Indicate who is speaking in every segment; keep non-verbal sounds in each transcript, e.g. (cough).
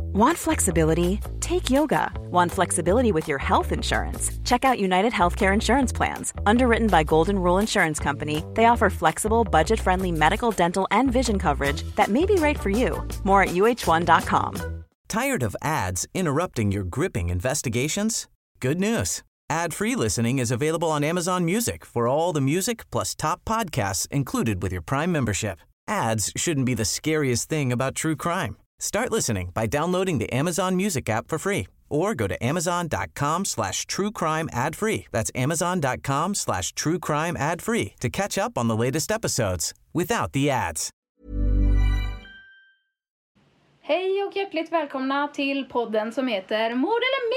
Speaker 1: Want flexibility? Take yoga. Want flexibility with your health insurance? Check out United Healthcare Insurance Plans. Underwritten by Golden Rule Insurance Company, they offer flexible, budget friendly medical, dental, and vision coverage that may be right for you. More at uh1.com.
Speaker 2: Tired of ads interrupting your gripping investigations? Good news. Ad-free listening is available on Amazon Music for all the music plus top podcasts included with your Prime membership. Ads shouldn't be the scariest thing about true crime. Start listening by downloading the Amazon Music app for free or go to amazon.com slash true crime ad free. That's amazon.com slash true crime ad free to catch up on the latest episodes without the ads.
Speaker 3: Hej och hjärtligt välkomna till podden som heter Mord eller myt!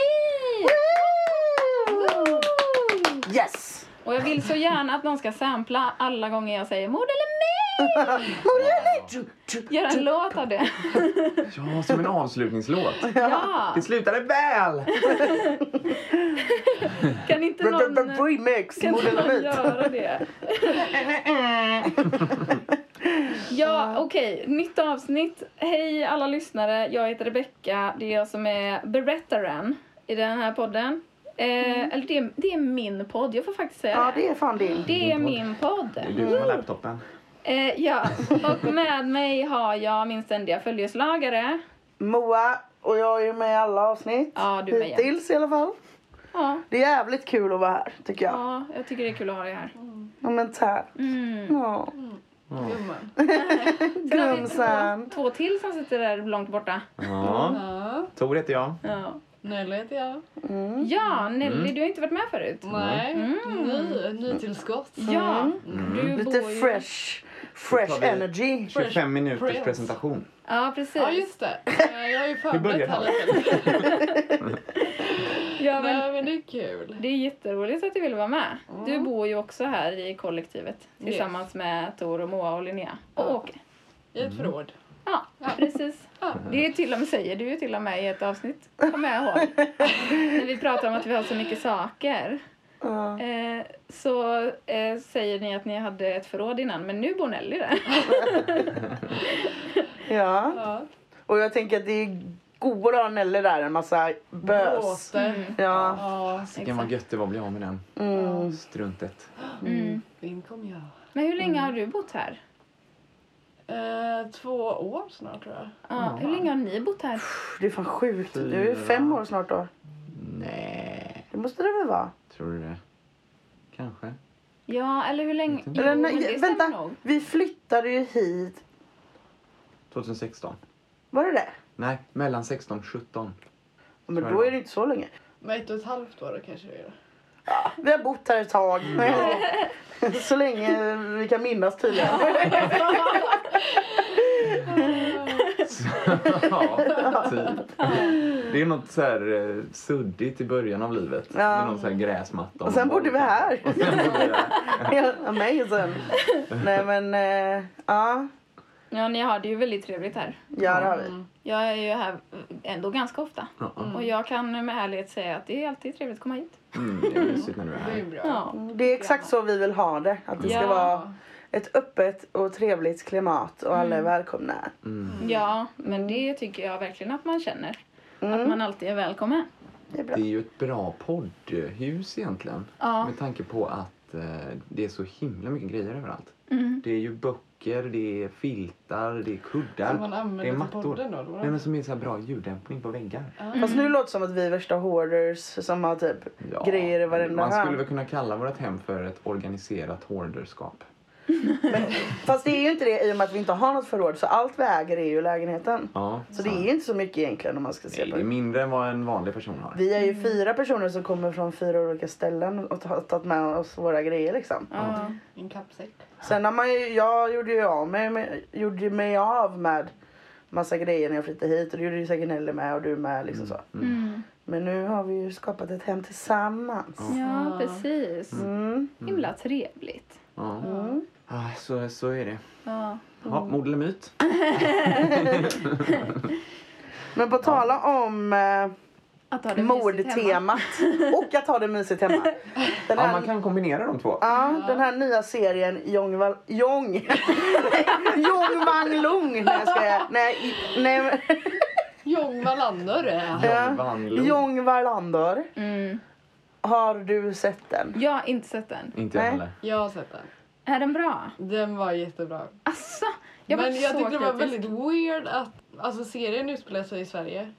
Speaker 4: Yes!
Speaker 3: Och jag vill så gärna att någon ska sampla alla gånger jag säger mord eller myt! Göra en låt av det.
Speaker 5: Ja, som en avslutningslåt.
Speaker 3: Ja,
Speaker 4: Det slutade väl!
Speaker 3: kan inte någon, kan
Speaker 4: Remix,
Speaker 3: inte någon
Speaker 4: modellemit.
Speaker 3: göra det? Ja, okej. Nytt avsnitt. Hej alla lyssnare. Jag heter Rebecka. Det är jag som är berättaren i den här podden. Eh, Eller det är, det är min podd. Jag får faktiskt säga
Speaker 4: Mm. Ja, det är fan din.
Speaker 3: Det är min podd.
Speaker 5: (laughs) Det är du som har laptopen.
Speaker 3: Eh, ja, och med mig har jag min ständiga följeslagare.
Speaker 4: Moa och jag är ju med i alla avsnitt.
Speaker 3: Ja, du är med igen.
Speaker 4: Hittills i alla fall.
Speaker 3: Ja,
Speaker 4: Det är jävligt kul att vara här, tycker jag.
Speaker 3: ja, jag tycker det är kul att ha dig här.
Speaker 4: Ja, men tack.
Speaker 3: Mm.
Speaker 4: Ja.
Speaker 3: Sen har vi
Speaker 4: (laughs) Gumsan.
Speaker 3: Två till som sitter där långt borta.
Speaker 5: Ja.
Speaker 6: Ja,
Speaker 5: Tor heter jag.
Speaker 3: Ja,
Speaker 6: Nelly heter jag.
Speaker 3: ja Nelly, du har inte varit med förut.
Speaker 6: Nej, ny,
Speaker 5: Mm.
Speaker 6: nytillskott.
Speaker 3: Mm. Ja, du
Speaker 4: Lite
Speaker 3: bor ju...
Speaker 4: fresh,
Speaker 5: Då tar
Speaker 4: fresh
Speaker 5: vi-
Speaker 4: energy.
Speaker 5: 25 minuters
Speaker 6: Prince.
Speaker 5: presentation.
Speaker 3: Ja, precis.
Speaker 6: Ja, just det. Eh, Jag har ju
Speaker 5: börjar
Speaker 6: förberett här
Speaker 5: här.
Speaker 6: lite.
Speaker 3: (laughs) Ja, men
Speaker 6: Nej, men det är kul.
Speaker 3: det är jätteroligt att du vill vara med. Du bor ju också här i kollektivet tillsammans med Tor och Moa och Linnea. Och Åke.
Speaker 6: I
Speaker 5: Mm.
Speaker 6: ett förråd.
Speaker 3: Ja, precis. Det är till och med, säger du ju till och med i ett avsnitt. Kommer jag
Speaker 4: (laughs)
Speaker 3: ihåg. När vi pratar om att vi har så mycket saker.
Speaker 4: Ja.
Speaker 3: Eh, så eh, säger ni att ni hade ett förråd innan, men nu bor Nelly där.
Speaker 4: Ja.
Speaker 6: Ja.
Speaker 4: Och jag tänker att det är godare att ha Nelly där än massa bös.
Speaker 3: Mm.
Speaker 6: Båten.
Speaker 4: Ja.
Speaker 6: Ja,
Speaker 5: Vilken vad gött det var att bli av med den. Struntet.
Speaker 3: Mm.
Speaker 6: in kom jag.
Speaker 3: Men hur länge
Speaker 4: Mm.
Speaker 3: har du bott här?
Speaker 6: Eh, två år snart tror jag.
Speaker 3: Ja, Hur länge har ni bott här?
Speaker 4: Det är fan sjukt. Du är fem år snart då.
Speaker 5: Nej,
Speaker 4: Det måste det väl vara?
Speaker 5: tror du det? Kanske.
Speaker 3: Ja, eller hur länge? Jo,
Speaker 4: Eller,
Speaker 3: men det
Speaker 4: nej,
Speaker 3: stämmer
Speaker 4: vänta,
Speaker 3: nog.
Speaker 4: vi flyttade ju hit.
Speaker 5: 2016.
Speaker 4: Var det det?
Speaker 5: Nej, mellan 16 och 17.
Speaker 4: Men
Speaker 5: Tror jag
Speaker 4: då
Speaker 5: det
Speaker 4: är det inte så länge.
Speaker 6: Men ett och ett halvt år då kanske det är.
Speaker 4: Vi har bott här ett tag.
Speaker 5: Mm,
Speaker 4: (laughs) Så länge vi kan minnas tydligen.
Speaker 5: ja, typ. Det är något så här eh, suddigt i början av livet.
Speaker 4: Ja.
Speaker 5: Med någon så här gräsmatta.
Speaker 4: Och sen bodde vi här.
Speaker 5: (laughs) Och sen bodde vi här.
Speaker 4: Amazing. Nej men, eh, ja.
Speaker 3: Ja, ni har det ju väldigt trevligt här.
Speaker 4: Ja det har vi.
Speaker 5: Mm.
Speaker 3: Jag är ju här ändå ganska ofta.
Speaker 5: Ja, ja.
Speaker 4: Mm.
Speaker 3: Och jag kan med ärlighet säga att det är alltid trevligt att komma hit.
Speaker 5: Mm, det är mysigt när du är
Speaker 6: Det är
Speaker 5: här.
Speaker 6: ju bra.
Speaker 3: Ja.
Speaker 4: Det är exakt så vi vill ha det. Att det ska
Speaker 3: Ja.
Speaker 4: vara ett öppet och trevligt klimat och alla är
Speaker 5: Mm.
Speaker 4: välkomna.
Speaker 3: Ja, men det tycker jag verkligen att man känner. Att man alltid är välkommen.
Speaker 4: Det är bra.
Speaker 5: Det är ju ett bra poddhus egentligen.
Speaker 3: Ja.
Speaker 5: Med tanke på att eh, det är så himla mycket grejer överallt. Det är ju böcker, det är filtar, det är
Speaker 6: Som
Speaker 5: kuddar,
Speaker 6: man använder
Speaker 5: det är
Speaker 6: till
Speaker 5: mattor.
Speaker 6: podden då, eller vadå?
Speaker 5: Nej men som är så här bra ljuddämpning på väggar.
Speaker 4: Fast nu låter det som att vi är värsta hoarders som har typ
Speaker 5: Ja,
Speaker 4: grejer i varenda
Speaker 5: Man skulle
Speaker 4: hörn.
Speaker 5: väl kunna kalla vårt hem för ett organiserat hoarderskap.
Speaker 4: Fast det är ju inte det i och med att vi inte har något förråd. Så allt vi äger är ju lägenheten.
Speaker 5: Ja,
Speaker 4: Så det är ju inte så mycket egentligen om man ska se
Speaker 5: Nej,
Speaker 4: på
Speaker 5: det är
Speaker 4: det.
Speaker 5: mindre än vad en vanlig person har.
Speaker 4: Vi är
Speaker 3: Mm.
Speaker 4: ju fyra personer som kommer från fyra olika ställen och har tagit med oss våra grejer liksom.
Speaker 3: Ja.
Speaker 6: I En kappsäck.
Speaker 4: Sen har man ju, jag gjorde ju av mig, med, gjorde ju mig av med massa grejer när jag flyttade hit och det gjorde ju säkert Nelly med och du med liksom så.
Speaker 5: Mm.
Speaker 4: Men nu har vi ju skapat ett hem tillsammans.
Speaker 3: Ja, precis.
Speaker 4: Mm.
Speaker 3: Himla trevligt.
Speaker 5: Ja. Ah, så, så är det.
Speaker 3: Ja.
Speaker 5: Ja, Mord eller myt?
Speaker 4: Men på tala om eh,
Speaker 3: Att ha det mysigt hemma. (laughs)
Speaker 4: mordtemat och att ha det mysigt hemma. Den
Speaker 5: Ja,
Speaker 4: här,
Speaker 5: man kan kombinera de två.
Speaker 4: ja, den här nya serien Jongval... (laughs) Jong! Jong Wang Lung! Nej jag skojar. Nej, nej. men-
Speaker 6: John Wallander. eh.
Speaker 5: John Vanlo.
Speaker 4: Jong Wallander.
Speaker 3: Mm.
Speaker 4: Har du sett den?
Speaker 3: Jag har inte sett den.
Speaker 5: Inte jag
Speaker 4: Nej.
Speaker 5: heller.
Speaker 6: Jag har sett den.
Speaker 3: Är den bra?
Speaker 6: Den var jättebra.
Speaker 3: Asså! Jag var
Speaker 6: Men jag
Speaker 3: så
Speaker 6: tyckte det var
Speaker 3: kritisk.
Speaker 6: väldigt weird att alltså, serien utspelar sig i Sverige.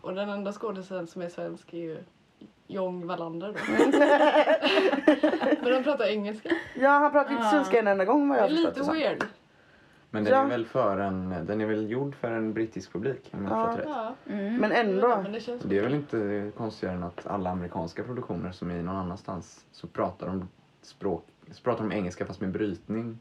Speaker 6: Och den enda skådespelaren som är svensk är ju John Wallander
Speaker 4: (laughs)
Speaker 6: då. Men de pratar engelska.
Speaker 4: Ja, han pratar inte
Speaker 3: Ah.
Speaker 4: svenska en enda gång vad
Speaker 6: Det
Speaker 4: jag
Speaker 6: är
Speaker 4: har förstått det
Speaker 6: lite
Speaker 4: som.
Speaker 6: weird.
Speaker 5: Men den
Speaker 4: Ja.
Speaker 5: är väl för en, den är väl gjord för en brittisk publik om jag
Speaker 4: Ja.
Speaker 5: har förstått rätt.
Speaker 6: Ja.
Speaker 4: Men ändå.
Speaker 6: Men det känns
Speaker 5: Så det är väl inte konstigare än att alla amerikanska produktioner som är någon annanstans så pratar de språk, så pratar de engelska fast med brytning.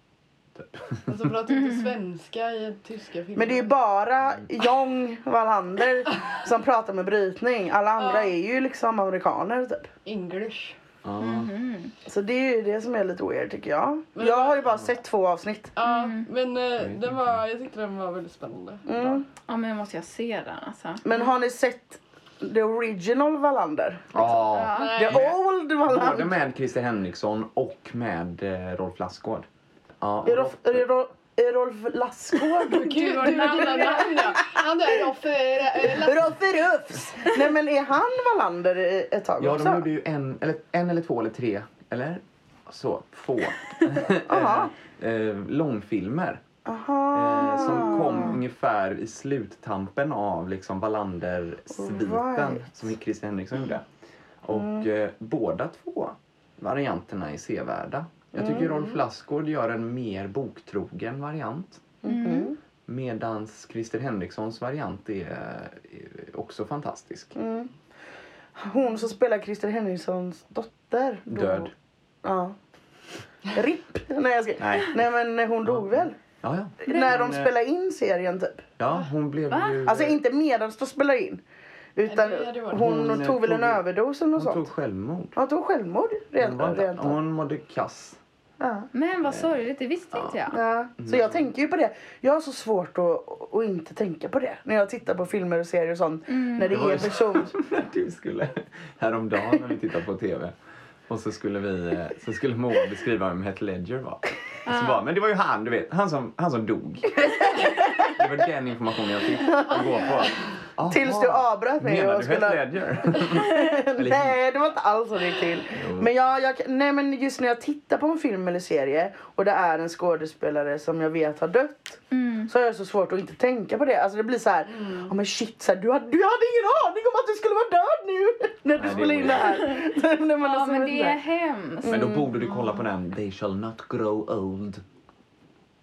Speaker 5: Typ.
Speaker 6: Men så alltså pratar inte svenska i tyska filmer.
Speaker 4: Men det är bara Jong Wallander som pratar med brytning. Alla andra
Speaker 6: Ja.
Speaker 4: är ju liksom amerikaner typ.
Speaker 6: English.
Speaker 5: Ja.
Speaker 4: Mhm. Så det är ju det som är lite weird tycker jag.
Speaker 6: Men-
Speaker 4: Jag har ju bara sett två avsnitt.
Speaker 6: Ja, men eh, den var, jag tyckte den var väldigt spännande.
Speaker 4: Mm.
Speaker 3: Ja, men måste jag se den alltså?
Speaker 4: Men har ni sett the original Wallander?
Speaker 5: Ja.
Speaker 6: Nej,
Speaker 4: The old
Speaker 5: Både
Speaker 4: Wallander?
Speaker 5: med Christer Henriksson och med eh, Rolf Lassgård. Ja,
Speaker 4: Är Rolf- är Rolf- är Rolf
Speaker 6: (laughs)
Speaker 4: Lassgård?
Speaker 6: Gud, du är ett annat namn ja. Han är då för... eh, la-
Speaker 4: Rolf Rufs! Nej men är han Wallander i- ett tag
Speaker 5: ja,
Speaker 4: också?
Speaker 5: de gjorde ju en eller, en eller två eller tre, eller? Så, få.
Speaker 4: (laughs) Aha.
Speaker 5: (laughs) eh, långfilmer.
Speaker 4: Aha.
Speaker 5: Eh, som kom ungefär i sluttampen av liksom Wallander-sviten
Speaker 4: Right. Mm.
Speaker 5: som Christer Henriksson gjorde. Och eh, båda två varianterna är sevärda. Jag tycker Rolf
Speaker 4: Mm.
Speaker 5: Lassgård gör en mer boktrogen variant.
Speaker 4: Mhm.
Speaker 5: Medan Christer Henrikssons variant är, eh, också fantastisk.
Speaker 4: Mm. Hon som spelar Christer Henrikssons dotter. dog.
Speaker 5: Död.
Speaker 4: Ja. RIP! Nej, jag ska...
Speaker 5: Nej.
Speaker 4: Nej men eh, hon dog väl?
Speaker 5: Ja, ja.
Speaker 4: När
Speaker 5: Men,
Speaker 4: de
Speaker 5: eh,
Speaker 4: spelade in serien typ.
Speaker 5: Ja, hon blev ju...
Speaker 4: Alltså inte medan de spelade in. Utan
Speaker 6: Nej, det hade varit-
Speaker 4: hon,
Speaker 5: Hon eh,
Speaker 4: tog väl en
Speaker 5: tog-
Speaker 4: överdos eller något
Speaker 5: hon tog
Speaker 4: sånt.
Speaker 5: självmord.
Speaker 4: Ja, Hon tog självmord
Speaker 5: Hon,
Speaker 4: rent,
Speaker 5: var,
Speaker 4: rent av.
Speaker 5: hon mådde kass.
Speaker 4: Ja.
Speaker 3: Men vad sorgligt, det visste inte jag.
Speaker 4: Ja. Så jag tänker ju på det. Jag har så svårt att, att inte tänka på det. När jag tittar på filmer och serier och sånt. När det
Speaker 5: Det var
Speaker 4: är
Speaker 5: ju
Speaker 4: en
Speaker 5: så (laughs)
Speaker 4: person.
Speaker 5: när du skulle, häromdagen när vi tittade på TV. Och så skulle, vi, eh, så skulle Moa beskriva vem Heath Ledger var. Och så bara, men det var ju han, du vet, han som, han som dog. Det var den informationen jag fick att gå på. Aha,
Speaker 4: Tills du avbröt mig
Speaker 5: Menar
Speaker 4: och
Speaker 5: du
Speaker 4: skulle-
Speaker 5: Heath Ledger?
Speaker 4: (laughs) nej, det var inte alls så det gick till.
Speaker 5: Jo.
Speaker 4: Men, jag, jag, nej, men just när jag tittar på en film eller serie och det är en skådespelare som jag vet har dött. Så har jag så svårt att inte tänka på det. Alltså det blir så här, "Ja, men shit, så här, du, hade, du hade ingen aning om att du skulle vara död nu. (laughs) När du
Speaker 5: det
Speaker 4: spelade in det
Speaker 5: gjorde
Speaker 4: här. (laughs) Nej, men
Speaker 3: Ja,
Speaker 4: alltså,
Speaker 3: men
Speaker 4: vet
Speaker 3: det
Speaker 4: inte.
Speaker 3: är hemskt.
Speaker 5: Men då borde du kolla på den. They shall not grow old.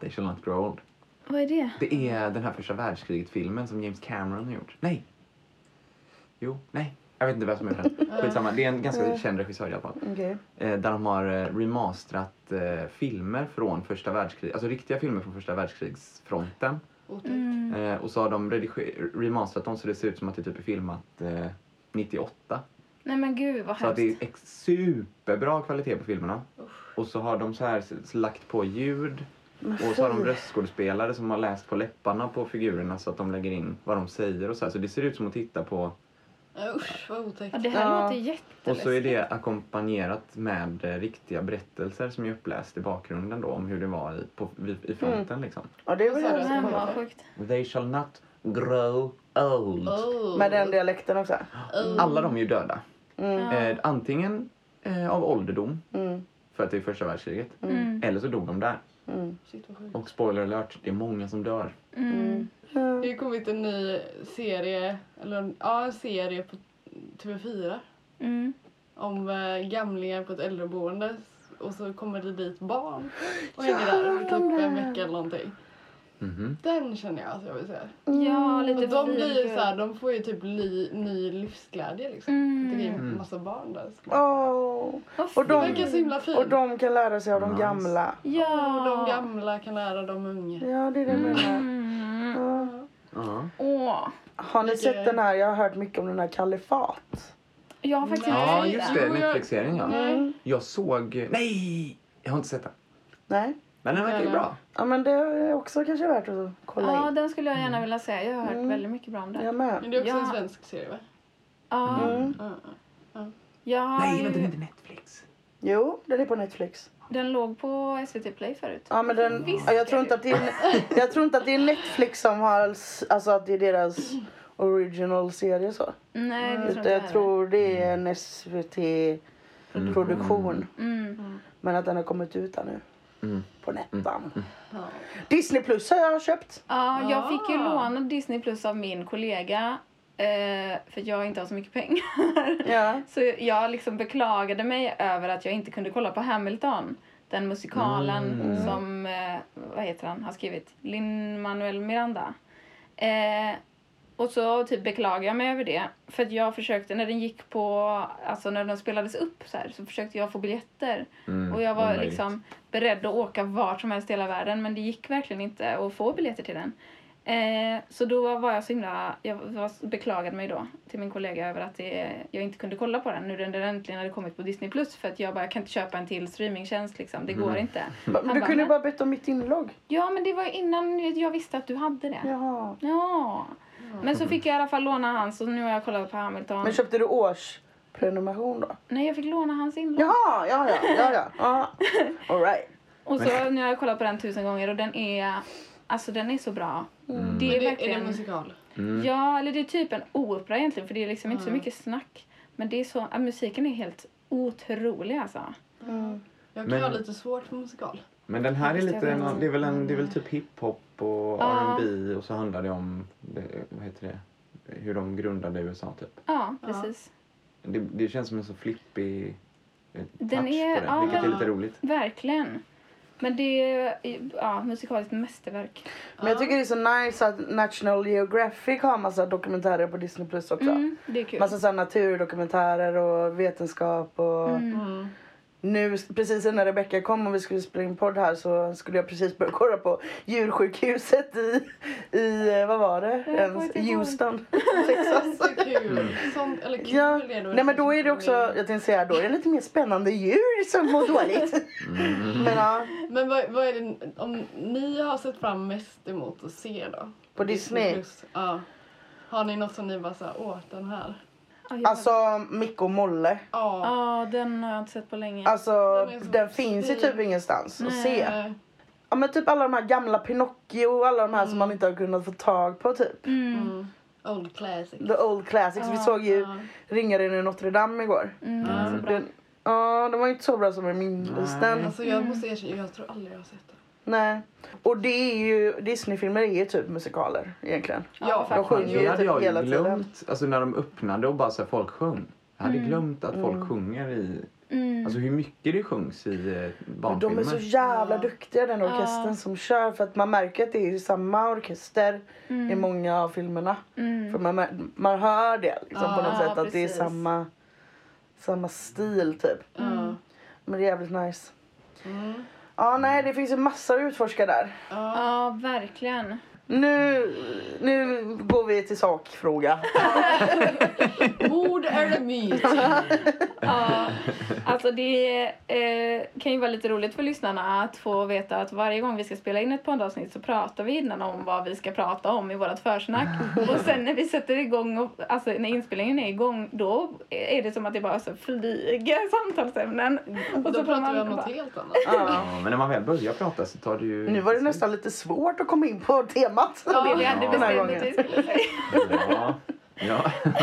Speaker 5: They shall not grow old.
Speaker 3: Vad är det?
Speaker 5: Det är den här första världskriget-filmen som James Cameron har gjort. Nej! Jo, nej. Jag vet inte vem som har gjort
Speaker 4: (laughs)
Speaker 5: den. Skitsamma. Det är en ganska känd regissör i alla fall.
Speaker 4: Okej.
Speaker 5: Eh, där de har eh, remasterat eh, filmer från första världskriget. Alltså riktiga filmer från första världskrigsfronten.
Speaker 6: Otäckt.
Speaker 5: Eh, och så har de rediger- remasterat dem så det ser ut som att det typ är filmat eh, 98.
Speaker 3: Nej men gud vad
Speaker 5: Så att det är
Speaker 3: hemskt.
Speaker 5: ex- superbra kvalitet på filmerna. Och så har de så här s- lagt på ljud. Och så har de
Speaker 4: fy.
Speaker 5: röstskådespelare som har läst på läpparna på figurerna så att de lägger in vad de säger och så här. Så det ser ut som att titta på.
Speaker 6: Eh, Usch vad otäckt.
Speaker 3: Ja, det här
Speaker 4: Ja.
Speaker 3: låter
Speaker 5: Och
Speaker 3: jätteläskigt.
Speaker 5: så är det ackompanjerat med eh, riktiga berättelser som är uppläst i bakgrunden då om hur det var i, på, vid- i fronten
Speaker 3: Mm.
Speaker 5: liksom.
Speaker 4: Ja, det är väl
Speaker 6: Vad sa
Speaker 4: jag
Speaker 6: du?
Speaker 4: som
Speaker 3: Nej,
Speaker 4: kollar
Speaker 3: vad
Speaker 4: på.
Speaker 3: sjukt.
Speaker 5: They shall not grow old.
Speaker 6: Oh.
Speaker 4: Med den dialekten också.
Speaker 5: Alla de är ju döda.
Speaker 3: Mm.
Speaker 5: Eh, antingen eh, av ålderdom, för att det är första världskriget.
Speaker 3: Mm.
Speaker 5: Eller så dog de där.
Speaker 6: Shit, vad sjukt.
Speaker 5: Och spoiler alert, det är många som dör.
Speaker 3: Mm.
Speaker 6: Mm. Det har ju kommit en ny serie, eller en, ja, en serie på TV4
Speaker 3: Mm.
Speaker 6: om eh, gamlingar på ett äldreboende och så kommer det dit barn och hänger där typ en vecka eller någonting.
Speaker 5: Mhm.
Speaker 6: Den känner jag att jag vill se.
Speaker 3: Ja, lite
Speaker 6: Och de blir ju
Speaker 3: feelgood.
Speaker 6: så här, de får ju typ li, ny livsglädje liksom. Det är ju en massa barn där.
Speaker 4: Åh.
Speaker 3: Vad
Speaker 4: Och
Speaker 6: Det verkar
Speaker 4: de,
Speaker 6: så himla fint.
Speaker 4: och de kan lära sig av de
Speaker 5: Nice.
Speaker 4: gamla.
Speaker 3: Ja.
Speaker 6: Och de gamla kan lära de unga.
Speaker 4: Ja, det är det jag menar.
Speaker 3: Mm.
Speaker 4: Ja.
Speaker 5: Ja.
Speaker 3: Åh.
Speaker 4: Har ni sett den här? Jag har hört mycket om den här Kalifat. Mm.
Speaker 3: Jag har faktiskt inte
Speaker 5: Mm. ja,
Speaker 3: sett den.
Speaker 5: just det.
Speaker 6: Jo, jag-
Speaker 5: Netflix-serien ja.
Speaker 6: Nej.
Speaker 5: Jag såg... Nej! Jag har inte sett den.
Speaker 4: Nej?
Speaker 5: Men den verkar ju
Speaker 6: Nej,
Speaker 5: bra.
Speaker 4: Ja, men det är också kanske värt att kolla
Speaker 3: Ja,
Speaker 4: in.
Speaker 3: den skulle jag gärna vilja se. Jag har hört väldigt mycket bra om den.
Speaker 4: Jag
Speaker 6: Men
Speaker 4: med.
Speaker 6: det är också en
Speaker 3: Ja.
Speaker 6: svensk serie va?
Speaker 3: Ja.
Speaker 6: Ja, ja.
Speaker 3: Jag har
Speaker 5: Nej, men den är
Speaker 3: ju...
Speaker 5: inte Netflix.
Speaker 4: Jo, den är på Netflix.
Speaker 3: Den låg på SVT Play förut.
Speaker 4: Ja, men den, ja, jag, tror inte att det är, jag tror inte att det är Netflix som har... s- Alltså att det är deras original-serie så.
Speaker 3: Nej, det tror
Speaker 4: Utan
Speaker 3: inte heller.
Speaker 4: jag Mm, tror det är en SVT-produktion. Men att den har kommit ut där nu. På Nettan. Disney Plus har jag köpt.
Speaker 3: Ja, jag fick ju
Speaker 6: Ah.
Speaker 3: låna Disney Plus av min kollega. Eh, för jag inte har så mycket pengar.
Speaker 4: Ja.
Speaker 3: Så jag liksom beklagade mig över att jag inte kunde kolla på Hamilton. Den musikalen som, eh, vad heter han, har skrivit? Lin-Manuel Miranda. Eh, och så typ beklagade jag mig över det. För att jag försökte, när den gick på, alltså när den spelades upp så här, så försökte jag få biljetter.
Speaker 5: Mm,
Speaker 3: Och jag var
Speaker 5: omöjligt.
Speaker 3: liksom beredd att åka vart som helst i hela världen men det gick verkligen inte att få biljetter till den. Eh, så då var jag så himla, jag var, beklagade mig då till min kollega över att det, jag inte kunde kolla på den nu när den äntligen hade kommit på Disney Plus för att jag bara, jag kan inte köpa en till streamingtjänst liksom, det
Speaker 5: Mm.
Speaker 3: går
Speaker 5: (laughs)
Speaker 3: inte.
Speaker 4: Men
Speaker 3: Han
Speaker 4: du kunde ju
Speaker 3: "Men-
Speaker 4: bara bett om mitt inlogg.
Speaker 3: Ja men det var ju innan jag visste att du hade det. Ja.
Speaker 4: Jaha.
Speaker 3: Men så fick jag i alla fall låna hans och nu har jag kollat på Hamilton.
Speaker 4: Men köpte du årsprenumeration då?
Speaker 3: Nej jag fick låna hans inlogg.
Speaker 4: Jaha, ja, ja, ja,
Speaker 3: (laughs)
Speaker 4: ja. ja. All right.
Speaker 3: Och så nu har jag kollat på den tusen gånger och den är, alltså den är så bra.
Speaker 4: Mm.
Speaker 3: Det är
Speaker 6: Är Mm. det, är
Speaker 3: verkligen,
Speaker 6: det musikal?
Speaker 3: ja eller det är typ en opera egentligen för det är liksom inte så
Speaker 4: Mm.
Speaker 3: mycket snack. Men det är så, ja, musiken är helt otrolig alltså.
Speaker 6: Jag kan
Speaker 5: Men-
Speaker 6: ha lite svårt för musikal.
Speaker 5: Men den här är
Speaker 3: Just det,
Speaker 5: lite,
Speaker 3: jag vet inte.
Speaker 5: det är väl, en, det är väl typ hiphop och
Speaker 3: Ja.
Speaker 5: R&B och så handlar det om, det, vad heter det, hur de grundade USA typ.
Speaker 3: Ja precis.
Speaker 5: Det, det känns som en så flippig eh, touch
Speaker 3: Den är-
Speaker 5: på det,
Speaker 3: ja,
Speaker 5: vilket är
Speaker 3: men-
Speaker 5: lite roligt.
Speaker 3: Verkligen. Men det är ja, musikaliskt mästerverk.
Speaker 4: Men jag tycker det är så nice att National Geographic har massa dokumentärer på Disney Plus också.
Speaker 3: Mm, det är kul.
Speaker 4: Massa så här naturdokumentärer och vetenskap och
Speaker 3: Mm.
Speaker 4: Mm. nu precis innan Rebecca kom och vi skulle spela in podd här så skulle jag precis börja kolla på djursjukhuset i, i eh, vad var det?
Speaker 3: Jag kommer
Speaker 4: Ens,
Speaker 3: inte ihåg.
Speaker 4: Houston, Texas.
Speaker 6: Så kul! Sånt, eller kul
Speaker 4: Ja,
Speaker 6: är det
Speaker 4: nej men då är det också, jag tänkte säga då är det lite mer spännande djur som
Speaker 6: (laughs)
Speaker 4: mår dåligt.
Speaker 5: Mm.
Speaker 4: Men ja,
Speaker 6: Men vad, vad är det om ni har sett fram mest emot att se då?
Speaker 4: på Disney.
Speaker 6: Plus, ja. Har ni något som ni bara såhär, åh den här.
Speaker 3: Ja, jag-
Speaker 4: Alltså Micke och Molle.
Speaker 6: Ja.
Speaker 3: Ja, den har jag inte sett på länge.
Speaker 4: Alltså
Speaker 6: Den är så
Speaker 4: den finns ju
Speaker 6: fin.
Speaker 4: typ ingenstans att se.
Speaker 6: Eh,
Speaker 4: Ja men typ alla de här gamla Pinocchio och alla de här
Speaker 6: Mm.
Speaker 4: som man inte har kunnat få tag på typ.
Speaker 6: Old classic.
Speaker 4: The old classics.
Speaker 6: Ah,
Speaker 4: Vi såg ju
Speaker 6: ja.
Speaker 4: Ringaren i Notre Dame igår.
Speaker 3: Mm, den är så bra.
Speaker 4: Den, ja, den var ju inte så bra som jag minns den.
Speaker 6: Alltså jag måste erkänna, jag tror aldrig jag har sett den.
Speaker 4: Nej. Och det är ju, Disneyfilmer är ju typ musikaler egentligen.
Speaker 6: Ja,
Speaker 4: De sjunger
Speaker 5: Det
Speaker 4: ju
Speaker 5: hade
Speaker 4: typ
Speaker 5: jag
Speaker 4: hela
Speaker 5: ju
Speaker 4: tiden.
Speaker 5: glömt, alltså när de öppnade och bara så här, folk sjöng. Jag
Speaker 3: Mm.
Speaker 5: hade glömt att folk sjunger i, alltså hur mycket det sjungs i eh,
Speaker 4: De
Speaker 5: barnfilmer.
Speaker 4: är så jävla duktiga den orkestern som kör för att man märker att det är ju samma orkester
Speaker 3: Mm.
Speaker 4: i många av filmerna. För man, mär- man hör det liksom, på något
Speaker 3: Ja,
Speaker 4: sätt att det är
Speaker 3: precis.
Speaker 4: samma, samma stil typ.
Speaker 6: Ja.
Speaker 4: Men det är jävligt nice.
Speaker 3: Mm.
Speaker 4: Ja, nej, det finns ju massor att utforska där.
Speaker 3: Ja, verkligen.
Speaker 4: Nu, nu går vi
Speaker 3: (laughs)
Speaker 4: till sakfråga.
Speaker 6: Mord
Speaker 4: (laughs)
Speaker 6: eller myt?
Speaker 3: Ja, alltså det eh, kan ju vara lite roligt för lyssnarna att få veta att varje gång vi ska spela in ett poddavsnitt så pratar vi innan om vad vi ska prata om i vårt
Speaker 6: (laughs)
Speaker 3: försnack. Och sen när vi sätter igång, och, alltså när inspelningen är igång, då är det som att det bara så flyger samtalsämnen. Och
Speaker 6: Mm. Då
Speaker 3: så
Speaker 6: pratar vi om
Speaker 3: bara-
Speaker 6: något helt annat.
Speaker 5: Ja, men när man väl börjar prata så tar det ju...
Speaker 4: Nu var det nästan lite svårt att komma in på temat.
Speaker 3: Det vi hade
Speaker 5: Den
Speaker 4: här
Speaker 3: bestämt att vi skulle säga.
Speaker 5: Ja. Ja.
Speaker 4: (laughs)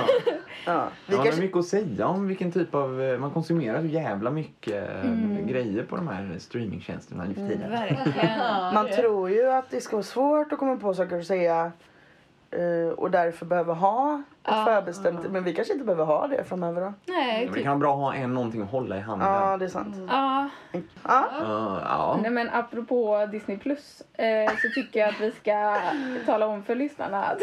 Speaker 4: Ja, vi
Speaker 5: Man har
Speaker 4: kanske...
Speaker 5: mycket att säga om vilken typ av... eh, Man konsumerar så jävla mycket eh, grejer på de här streamingtjänsterna nu för tiden.
Speaker 3: Verkligen.
Speaker 4: Man tror ju att det ska vara svårt att komma på saker att säga eh, och därför behöver ha ett förbestämt. Men vi kanske inte behöver ha det framöver då.
Speaker 3: Nej,
Speaker 5: Men det
Speaker 3: typ.
Speaker 5: kan vara bra att ha en någonting att hålla i handen.
Speaker 4: Ja, det är sant.
Speaker 3: Ja,
Speaker 4: Ja,
Speaker 5: Eh, ja.
Speaker 3: Nej, men apropå Disney Plus eh, så tycker jag att vi ska tala om för lyssnarna att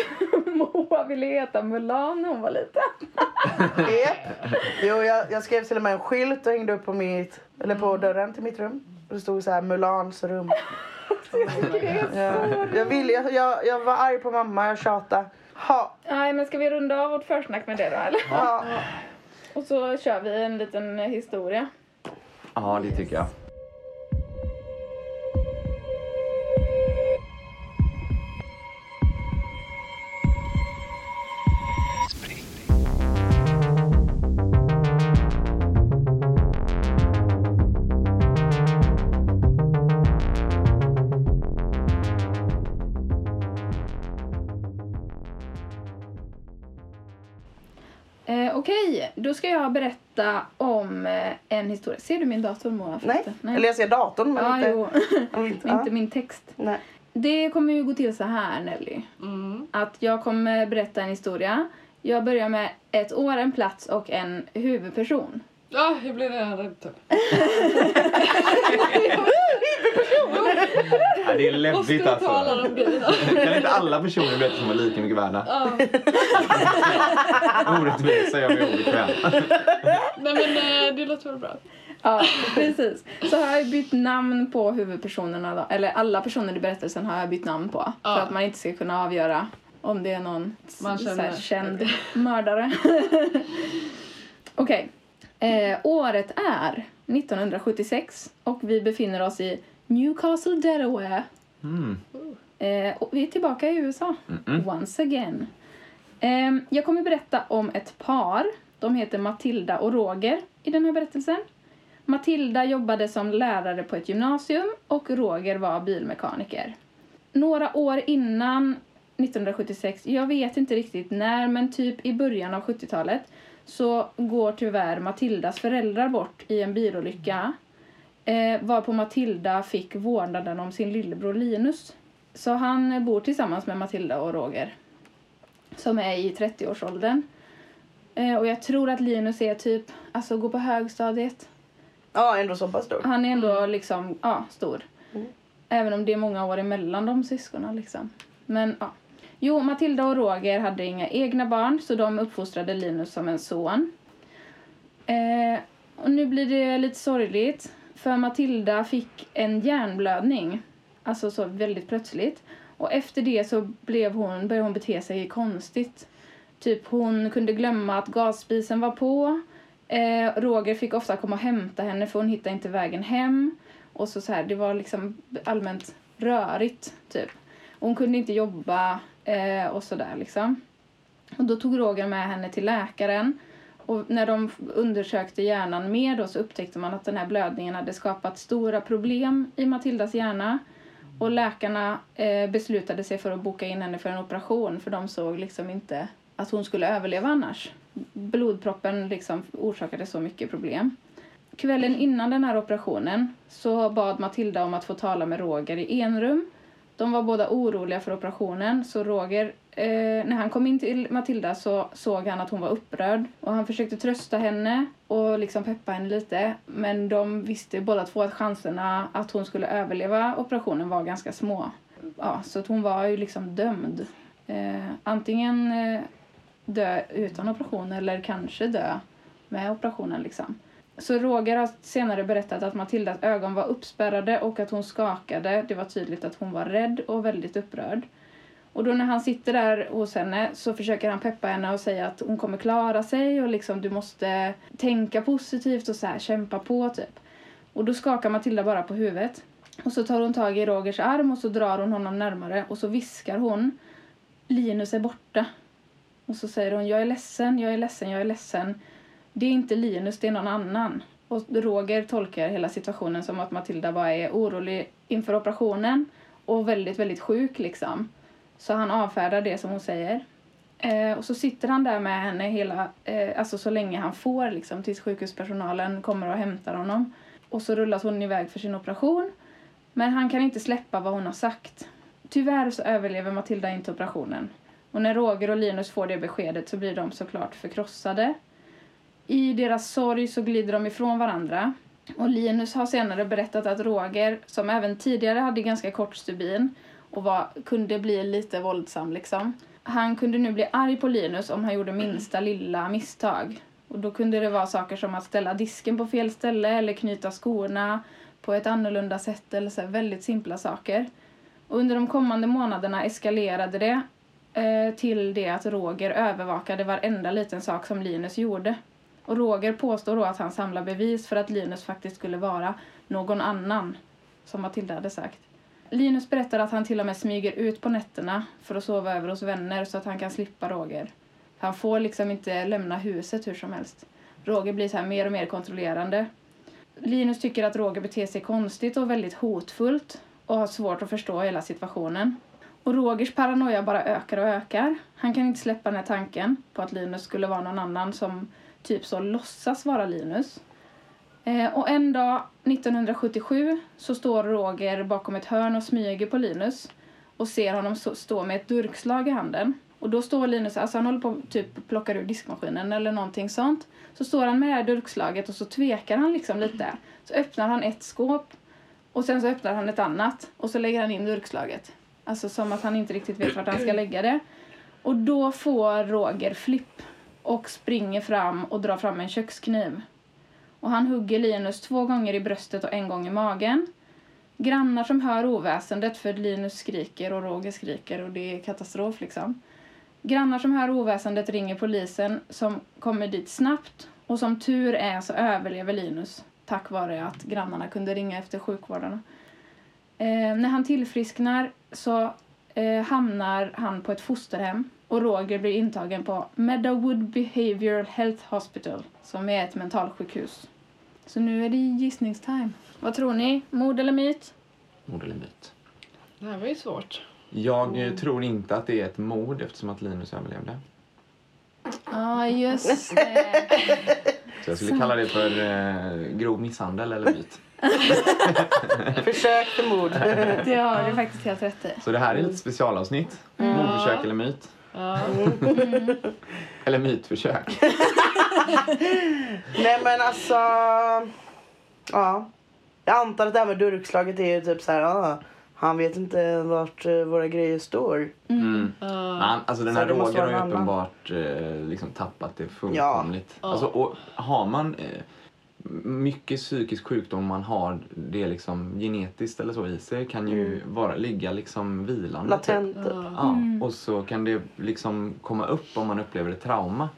Speaker 3: (laughs) Moa ville heta Mulan när hon var liten.
Speaker 4: det. Jo, jag, jag skrev till och med en skylt och hängde upp på, mitt, eller på dörren till mitt rum. Och det stod så här Mulans rum. Ja. Jag, ville, jag, jag, jag var arg på mamma, jag tjatade. Ha.
Speaker 3: Nej, men ska vi runda av vårt försnack med det då eller?
Speaker 4: Ja.
Speaker 3: Och så kör vi en liten historia.
Speaker 5: ja, det tycker jag.
Speaker 3: Eh, Okej, då ska jag berätta om eh, en historia. Ser du min dator Moa?
Speaker 4: Nej.
Speaker 3: Nej.
Speaker 4: eller jag ser datorn men
Speaker 3: ja,
Speaker 4: inte...
Speaker 3: jo.
Speaker 4: men inte,
Speaker 3: (laughs) inte
Speaker 4: ja.
Speaker 3: min text.
Speaker 4: Nej.
Speaker 3: Det kommer ju gå till så här Nelly.
Speaker 6: Mm.
Speaker 3: Att jag kommer berätta en historia. Jag börjar med ett år, en plats och en huvudperson.
Speaker 6: Ja, jag blir redan rädd typ.
Speaker 5: Ja, det är
Speaker 6: Måste
Speaker 5: läbbigt
Speaker 6: du ta alla
Speaker 5: alltså.
Speaker 6: de grejerna?
Speaker 5: Kan inte alla personer berätta som var lika mycket värda?
Speaker 6: Ja.
Speaker 5: (laughs) Orättvisa gör mig obekväm.
Speaker 6: Nej men eh, det låter väl bra.
Speaker 3: (laughs) Ja, precis. Så har jag bytt namn på huvudpersonerna då. Eller alla personer i berättelsen har jag bytt namn på.
Speaker 6: Ja.
Speaker 3: För att man inte ska kunna avgöra om det är någon s-
Speaker 6: Man känner.
Speaker 3: så här,
Speaker 6: (laughs)
Speaker 3: känd mördare. (laughs) Okej. Eh, året är 1976 och vi befinner oss i Newcastle, Delaware.
Speaker 5: Mm.
Speaker 3: Eh, och vi är tillbaka i USA. Once again. Ehm, jag kommer berätta om ett par. De heter Matilda och Roger i den här berättelsen. Matilda jobbade som lärare på ett gymnasium och Roger var bilmekaniker. Några år innan 1976, jag vet inte riktigt när, men typ i början av 70-talet så går tyvärr Matildas föräldrar bort i en bilolycka eh, varpå Matilda fick vårdnaden om sin lillebror Linus. Så han bor tillsammans med Matilda och Roger som är i 30-årsåldern. Eh, och jag tror att Linus är typ, alltså går på högstadiet.
Speaker 4: ja, ändå så pass stor.
Speaker 3: Han är ändå liksom, ja, stor. Även om det är många år emellan de syskonen liksom. Men ja. Jo, Matilda och Roger hade inga egna barn så de uppfostrade Linus som en son. Eh, och nu blir det lite sorgligt för Matilda fick en hjärnblödning. Alltså så väldigt plötsligt. Och efter det så blev hon, började hon bete sig konstigt. Typ hon kunde glömma att gasspisen var på. Eh, Roger fick ofta komma och hämta henne för hon hittade inte vägen hem. Och så, så här, det var liksom allmänt rörigt typ. Hon kunde inte jobba eh, och sådär liksom. Och då tog Roger med henne till läkaren. Och när de undersökte hjärnan mer då så upptäckte man att den här blödningen hade skapat stora problem i Matildas hjärna. Och läkarna eh, beslutade sig för att boka in henne för en operation för de såg liksom inte att hon skulle överleva annars. Blodproppen liksom orsakade så mycket problem. Kvällen innan den här operationen så bad Matilda om att få tala med Roger i enrum. De var båda oroliga för operationen så Roger, eh, när han kom in till Matilda så såg han att hon var upprörd och han försökte trösta henne och liksom peppa henne lite men de visste båda två att chanserna att hon skulle överleva operationen var ganska små. Ja, så att hon var ju liksom dömd. Eh, antingen eh, dö utan operation eller kanske dö med operationen liksom. Så Roger har senare berättat att Matildas ögon var uppspärrade och att hon skakade. Det var tydligt att hon var rädd och väldigt upprörd. Och då när han sitter där hos henne så försöker han peppa henne och säga att hon kommer klara sig och liksom du måste tänka positivt och så här kämpa på typ. Och då skakar Matilda bara på huvudet. Och så tar hon tag i Rogers arm och så drar hon honom närmare och så viskar hon Linus är borta. Och så säger hon jag är ledsen, jag är ledsen, jag är ledsen. Det är inte Linus, det är någon annan. Och Roger tolkar hela situationen som att Matilda bara är orolig inför operationen och väldigt, väldigt sjuk liksom. Så han avfärdar det som hon säger. Eh, och så sitter han där med henne hela, eh, alltså så länge han får liksom, tills sjukhuspersonalen kommer och hämtar honom. Och så rullas hon iväg för sin operation. Men han kan inte släppa vad hon har sagt. Tyvärr så överlever Matilda inte operationen. Och när Roger och Linus får det beskedet så blir de såklart förkrossade. I deras sorg så glider de ifrån varandra. Och Linus har senare berättat att Roger, som även tidigare hade ganska kort stubin och var, kunde bli lite våldsam liksom. Han kunde nu bli arg på Linus om han gjorde minsta lilla misstag. Och då kunde det vara saker som att ställa disken på fel ställe eller knyta skorna på ett annorlunda sätt eller så här väldigt simpla saker. Och under de kommande månaderna eskalerade det eh, till det att Roger övervakade varenda liten sak som Linus gjorde. Och Roger påstår då att han samlar bevis för att Linus faktiskt skulle vara någon annan, som Matilda hade sagt. Linus berättar att han till och med smyger ut på nätterna för att sova över hos vänner så att han kan slippa Roger. Han får liksom inte lämna huset hur som helst. Roger blir så här mer och mer kontrollerande. Linus tycker att Roger beter sig konstigt och väldigt hotfullt och har svårt att förstå hela situationen. Och Och Rogers paranoia bara ökar och ökar. Han kan inte släppa den här tanken på att Linus skulle vara någon annan som typ så låtsas vara Linus. Eh, och en dag 1977 så står Roger bakom ett hörn och smyger på Linus och ser honom så- stå med ett durkslag i handen. Och då står Linus, alltså han håller på att typ plockar ur diskmaskinen eller någonting sånt. Så står han med det här durkslaget och så tvekar han liksom lite. Så öppnar han ett skåp och sen så öppnar han ett annat och så lägger han in durkslaget. Alltså som att han inte riktigt vet vart han ska lägga det. Och då får Roger flipp och springer fram och drar fram en kökskniv. Och han hugger Linus två gånger i bröstet och en gång i magen. Grannar som hör oväsendet för Linus skriker och Roger skriker och det är katastrof liksom. Grannar som hör oväsendet ringer polisen som kommer dit snabbt och som tur är så överlever Linus tack vare att grannarna kunde ringa efter sjukvården. Eh, när han tillfrisknar så eh, hamnar han på ett fosterhem och Roger blir intagen på Meadowood Behavioral Health Hospital som är ett mentalsjukhus. Så nu är det gissningstime. Vad tror ni? Mord eller myt?
Speaker 5: Mord eller myt?
Speaker 6: Det här var ju svårt.
Speaker 5: Jag eh, tror inte att det är ett mord eftersom att Linus överlevde.
Speaker 3: Ja, (laughs) just det.
Speaker 5: Så jag skulle kalla det för eh, grov misshandel eller myt.
Speaker 4: Försök till mord.
Speaker 3: Det har du faktiskt helt rätt i.
Speaker 5: Så det här är ett specialavsnitt. Mordförsök eller myt.
Speaker 6: Mm. Ja.
Speaker 5: (laughs) Eller mytförsök.
Speaker 4: Nej men alltså... Ja. Jag antar att det här med durkslaget är ju typ så här... Ja, han vet inte vart eh, våra grejer står.
Speaker 5: Mm. Men, alltså den
Speaker 4: Så
Speaker 5: här
Speaker 4: det måste
Speaker 5: Roger
Speaker 4: vara
Speaker 5: har ju
Speaker 4: en annan.
Speaker 5: uppenbart eh, liksom tappat det fullkomligt.
Speaker 6: Ja.
Speaker 5: Alltså, och har man eh, mycket psykisk sjukdom man har det liksom genetiskt eller så i sig kan ju vara, ligga liksom vilande. typ.
Speaker 4: Mm. Latent. typ.
Speaker 5: Ja, och så kan det liksom komma upp om man upplever ett trauma.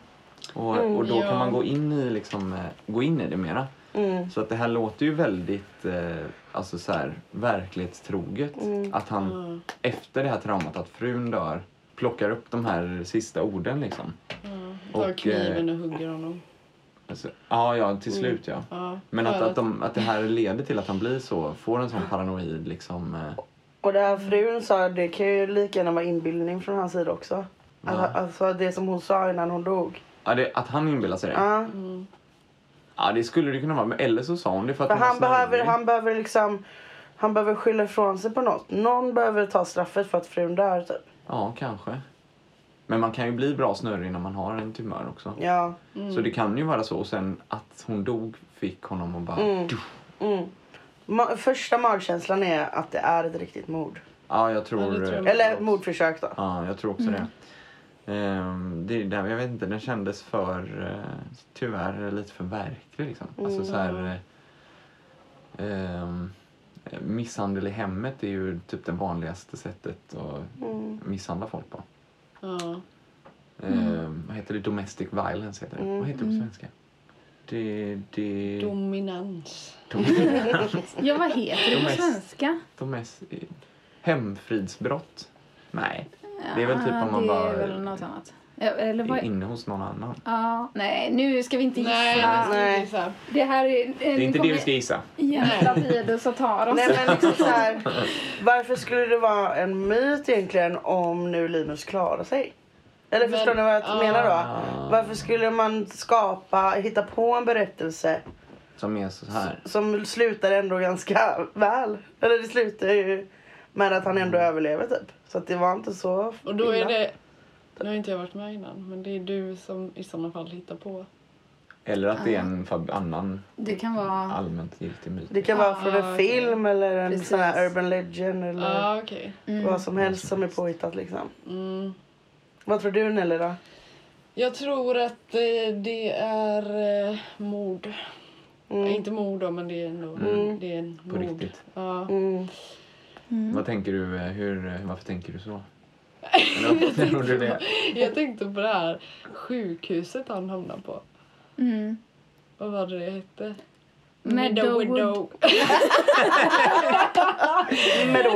Speaker 5: Och,
Speaker 4: Mm,
Speaker 5: och då
Speaker 6: ja.
Speaker 5: kan man gå in i, liksom, eh, gå in i det mera.
Speaker 4: Mm.
Speaker 5: Så att det här låter ju väldigt eh, alltså så här, verklighetstroget.
Speaker 4: Mm.
Speaker 5: Att han efter det här traumat, att frun dör, plockar upp de här sista orden liksom.
Speaker 6: Tar
Speaker 5: Och,
Speaker 6: kniven
Speaker 5: eh,
Speaker 6: och hugger honom.
Speaker 5: Alltså, ja, ja, till
Speaker 4: Mm.
Speaker 5: slut ja.
Speaker 6: Ja.
Speaker 5: Men att,
Speaker 6: För
Speaker 5: att, de, att det här leder till att han blir så, får en sån paranoid liksom. Eh,
Speaker 4: Och det här frun sa, det kan ju lika gärna vara inbildning från hans sida också. Alltså, alltså det som hon sa innan hon dog.
Speaker 5: ja, det, att han inbillar sig det.
Speaker 4: Ja.
Speaker 5: Ja, det skulle det kunna vara. Men eller så sa hon det för att
Speaker 4: För
Speaker 5: hon var
Speaker 4: han behöver,
Speaker 5: snarlik.
Speaker 4: han behöver liksom... Han behöver skylla ifrån sig på något. Någon behöver ta straffet för att frun dör typ.
Speaker 5: Ja, kanske. Men man kan ju bli bra snurrig när man har en tumör också.
Speaker 4: Ja.
Speaker 6: Mm.
Speaker 5: Så det kan ju vara så. Och sen att hon dog fick honom att bara...
Speaker 4: Mm. Ma- första magkänslan är att det är ett riktigt mord.
Speaker 5: Ja, jag tror...
Speaker 6: Ja, det tror jag.
Speaker 4: Eller
Speaker 5: Mm.
Speaker 4: Mm. mordförsök då.
Speaker 5: Ja, jag tror också det. Ehm, det är där, jag vet inte, den kändes för... eh, tyvärr lite för verklig liksom. Alltså så
Speaker 4: Mm.
Speaker 5: här... eh, ehm, misshandel i hemmet är ju typ det vanligaste sättet att
Speaker 4: Mm.
Speaker 5: misshandla folk på.
Speaker 6: Ja.
Speaker 5: Ehm, vad heter det? Domestic violence heter det. Vad heter det på svenska? Det... det...
Speaker 6: Dominans.
Speaker 5: (laughs)
Speaker 3: Ja, vad heter det på
Speaker 5: Domest-
Speaker 3: svenska?
Speaker 5: De är s- hemfridsbrott? Nej, det är väl typ
Speaker 3: Ja,
Speaker 5: om man
Speaker 3: det
Speaker 5: bara
Speaker 3: är väl något annat. Ja, Eller
Speaker 5: är
Speaker 3: vad...
Speaker 5: inne hos någon annan.
Speaker 3: Ja, nej, nu ska vi inte gissa.
Speaker 6: Nej,
Speaker 4: Nej.
Speaker 6: nej. Det är
Speaker 3: Det här är... eh,
Speaker 5: Det är inte det vi ska gissa.
Speaker 3: Jävla Pidus och tar oss.
Speaker 4: Nej, men liksom så här, varför skulle det vara en myt egentligen om nu Linus klarar sig? Eller
Speaker 6: Men-
Speaker 4: förstår ni vad jag
Speaker 6: ah.
Speaker 4: menar då? Varför skulle man skapa, hitta på en berättelse
Speaker 5: Som är så här.
Speaker 4: som slutar ändå ganska väl? Eller det slutar ju med att han ändå överlever typ. Så att det var inte så
Speaker 6: Och då är
Speaker 4: illa.
Speaker 6: det... Nu har inte jag varit med innan, men det är du som i sådana fall hittar på.
Speaker 5: Eller att det är en fab- annan
Speaker 3: Det kan vara...
Speaker 5: allmänt giltig myt.
Speaker 4: Det kan vara från en
Speaker 6: Ah,
Speaker 4: film eller en
Speaker 3: Precis.
Speaker 4: sån här urban legend
Speaker 6: Ja,
Speaker 4: eller
Speaker 6: ah, okej.
Speaker 4: vad som helst som är påhittat liksom.
Speaker 6: Mm.
Speaker 4: Vad tror du Nelly då?
Speaker 6: Jag tror att eh, det är eh, mord.
Speaker 4: Mm.
Speaker 6: Eh, Inte mord då, men det är ändå... Det är en
Speaker 5: Mm. På
Speaker 6: mord.
Speaker 5: riktigt.
Speaker 6: Ja.
Speaker 4: Mm.
Speaker 5: Vad tänker du? eh, Hur, eh, varför tänker du så? Eller varför tror du det?
Speaker 6: Jag tänkte på det här sjukhuset han hamnade på.
Speaker 3: Mm.
Speaker 6: Vad var det det hette?
Speaker 3: Meadowood.
Speaker 6: (laughs) (laughs)
Speaker 4: Meadow.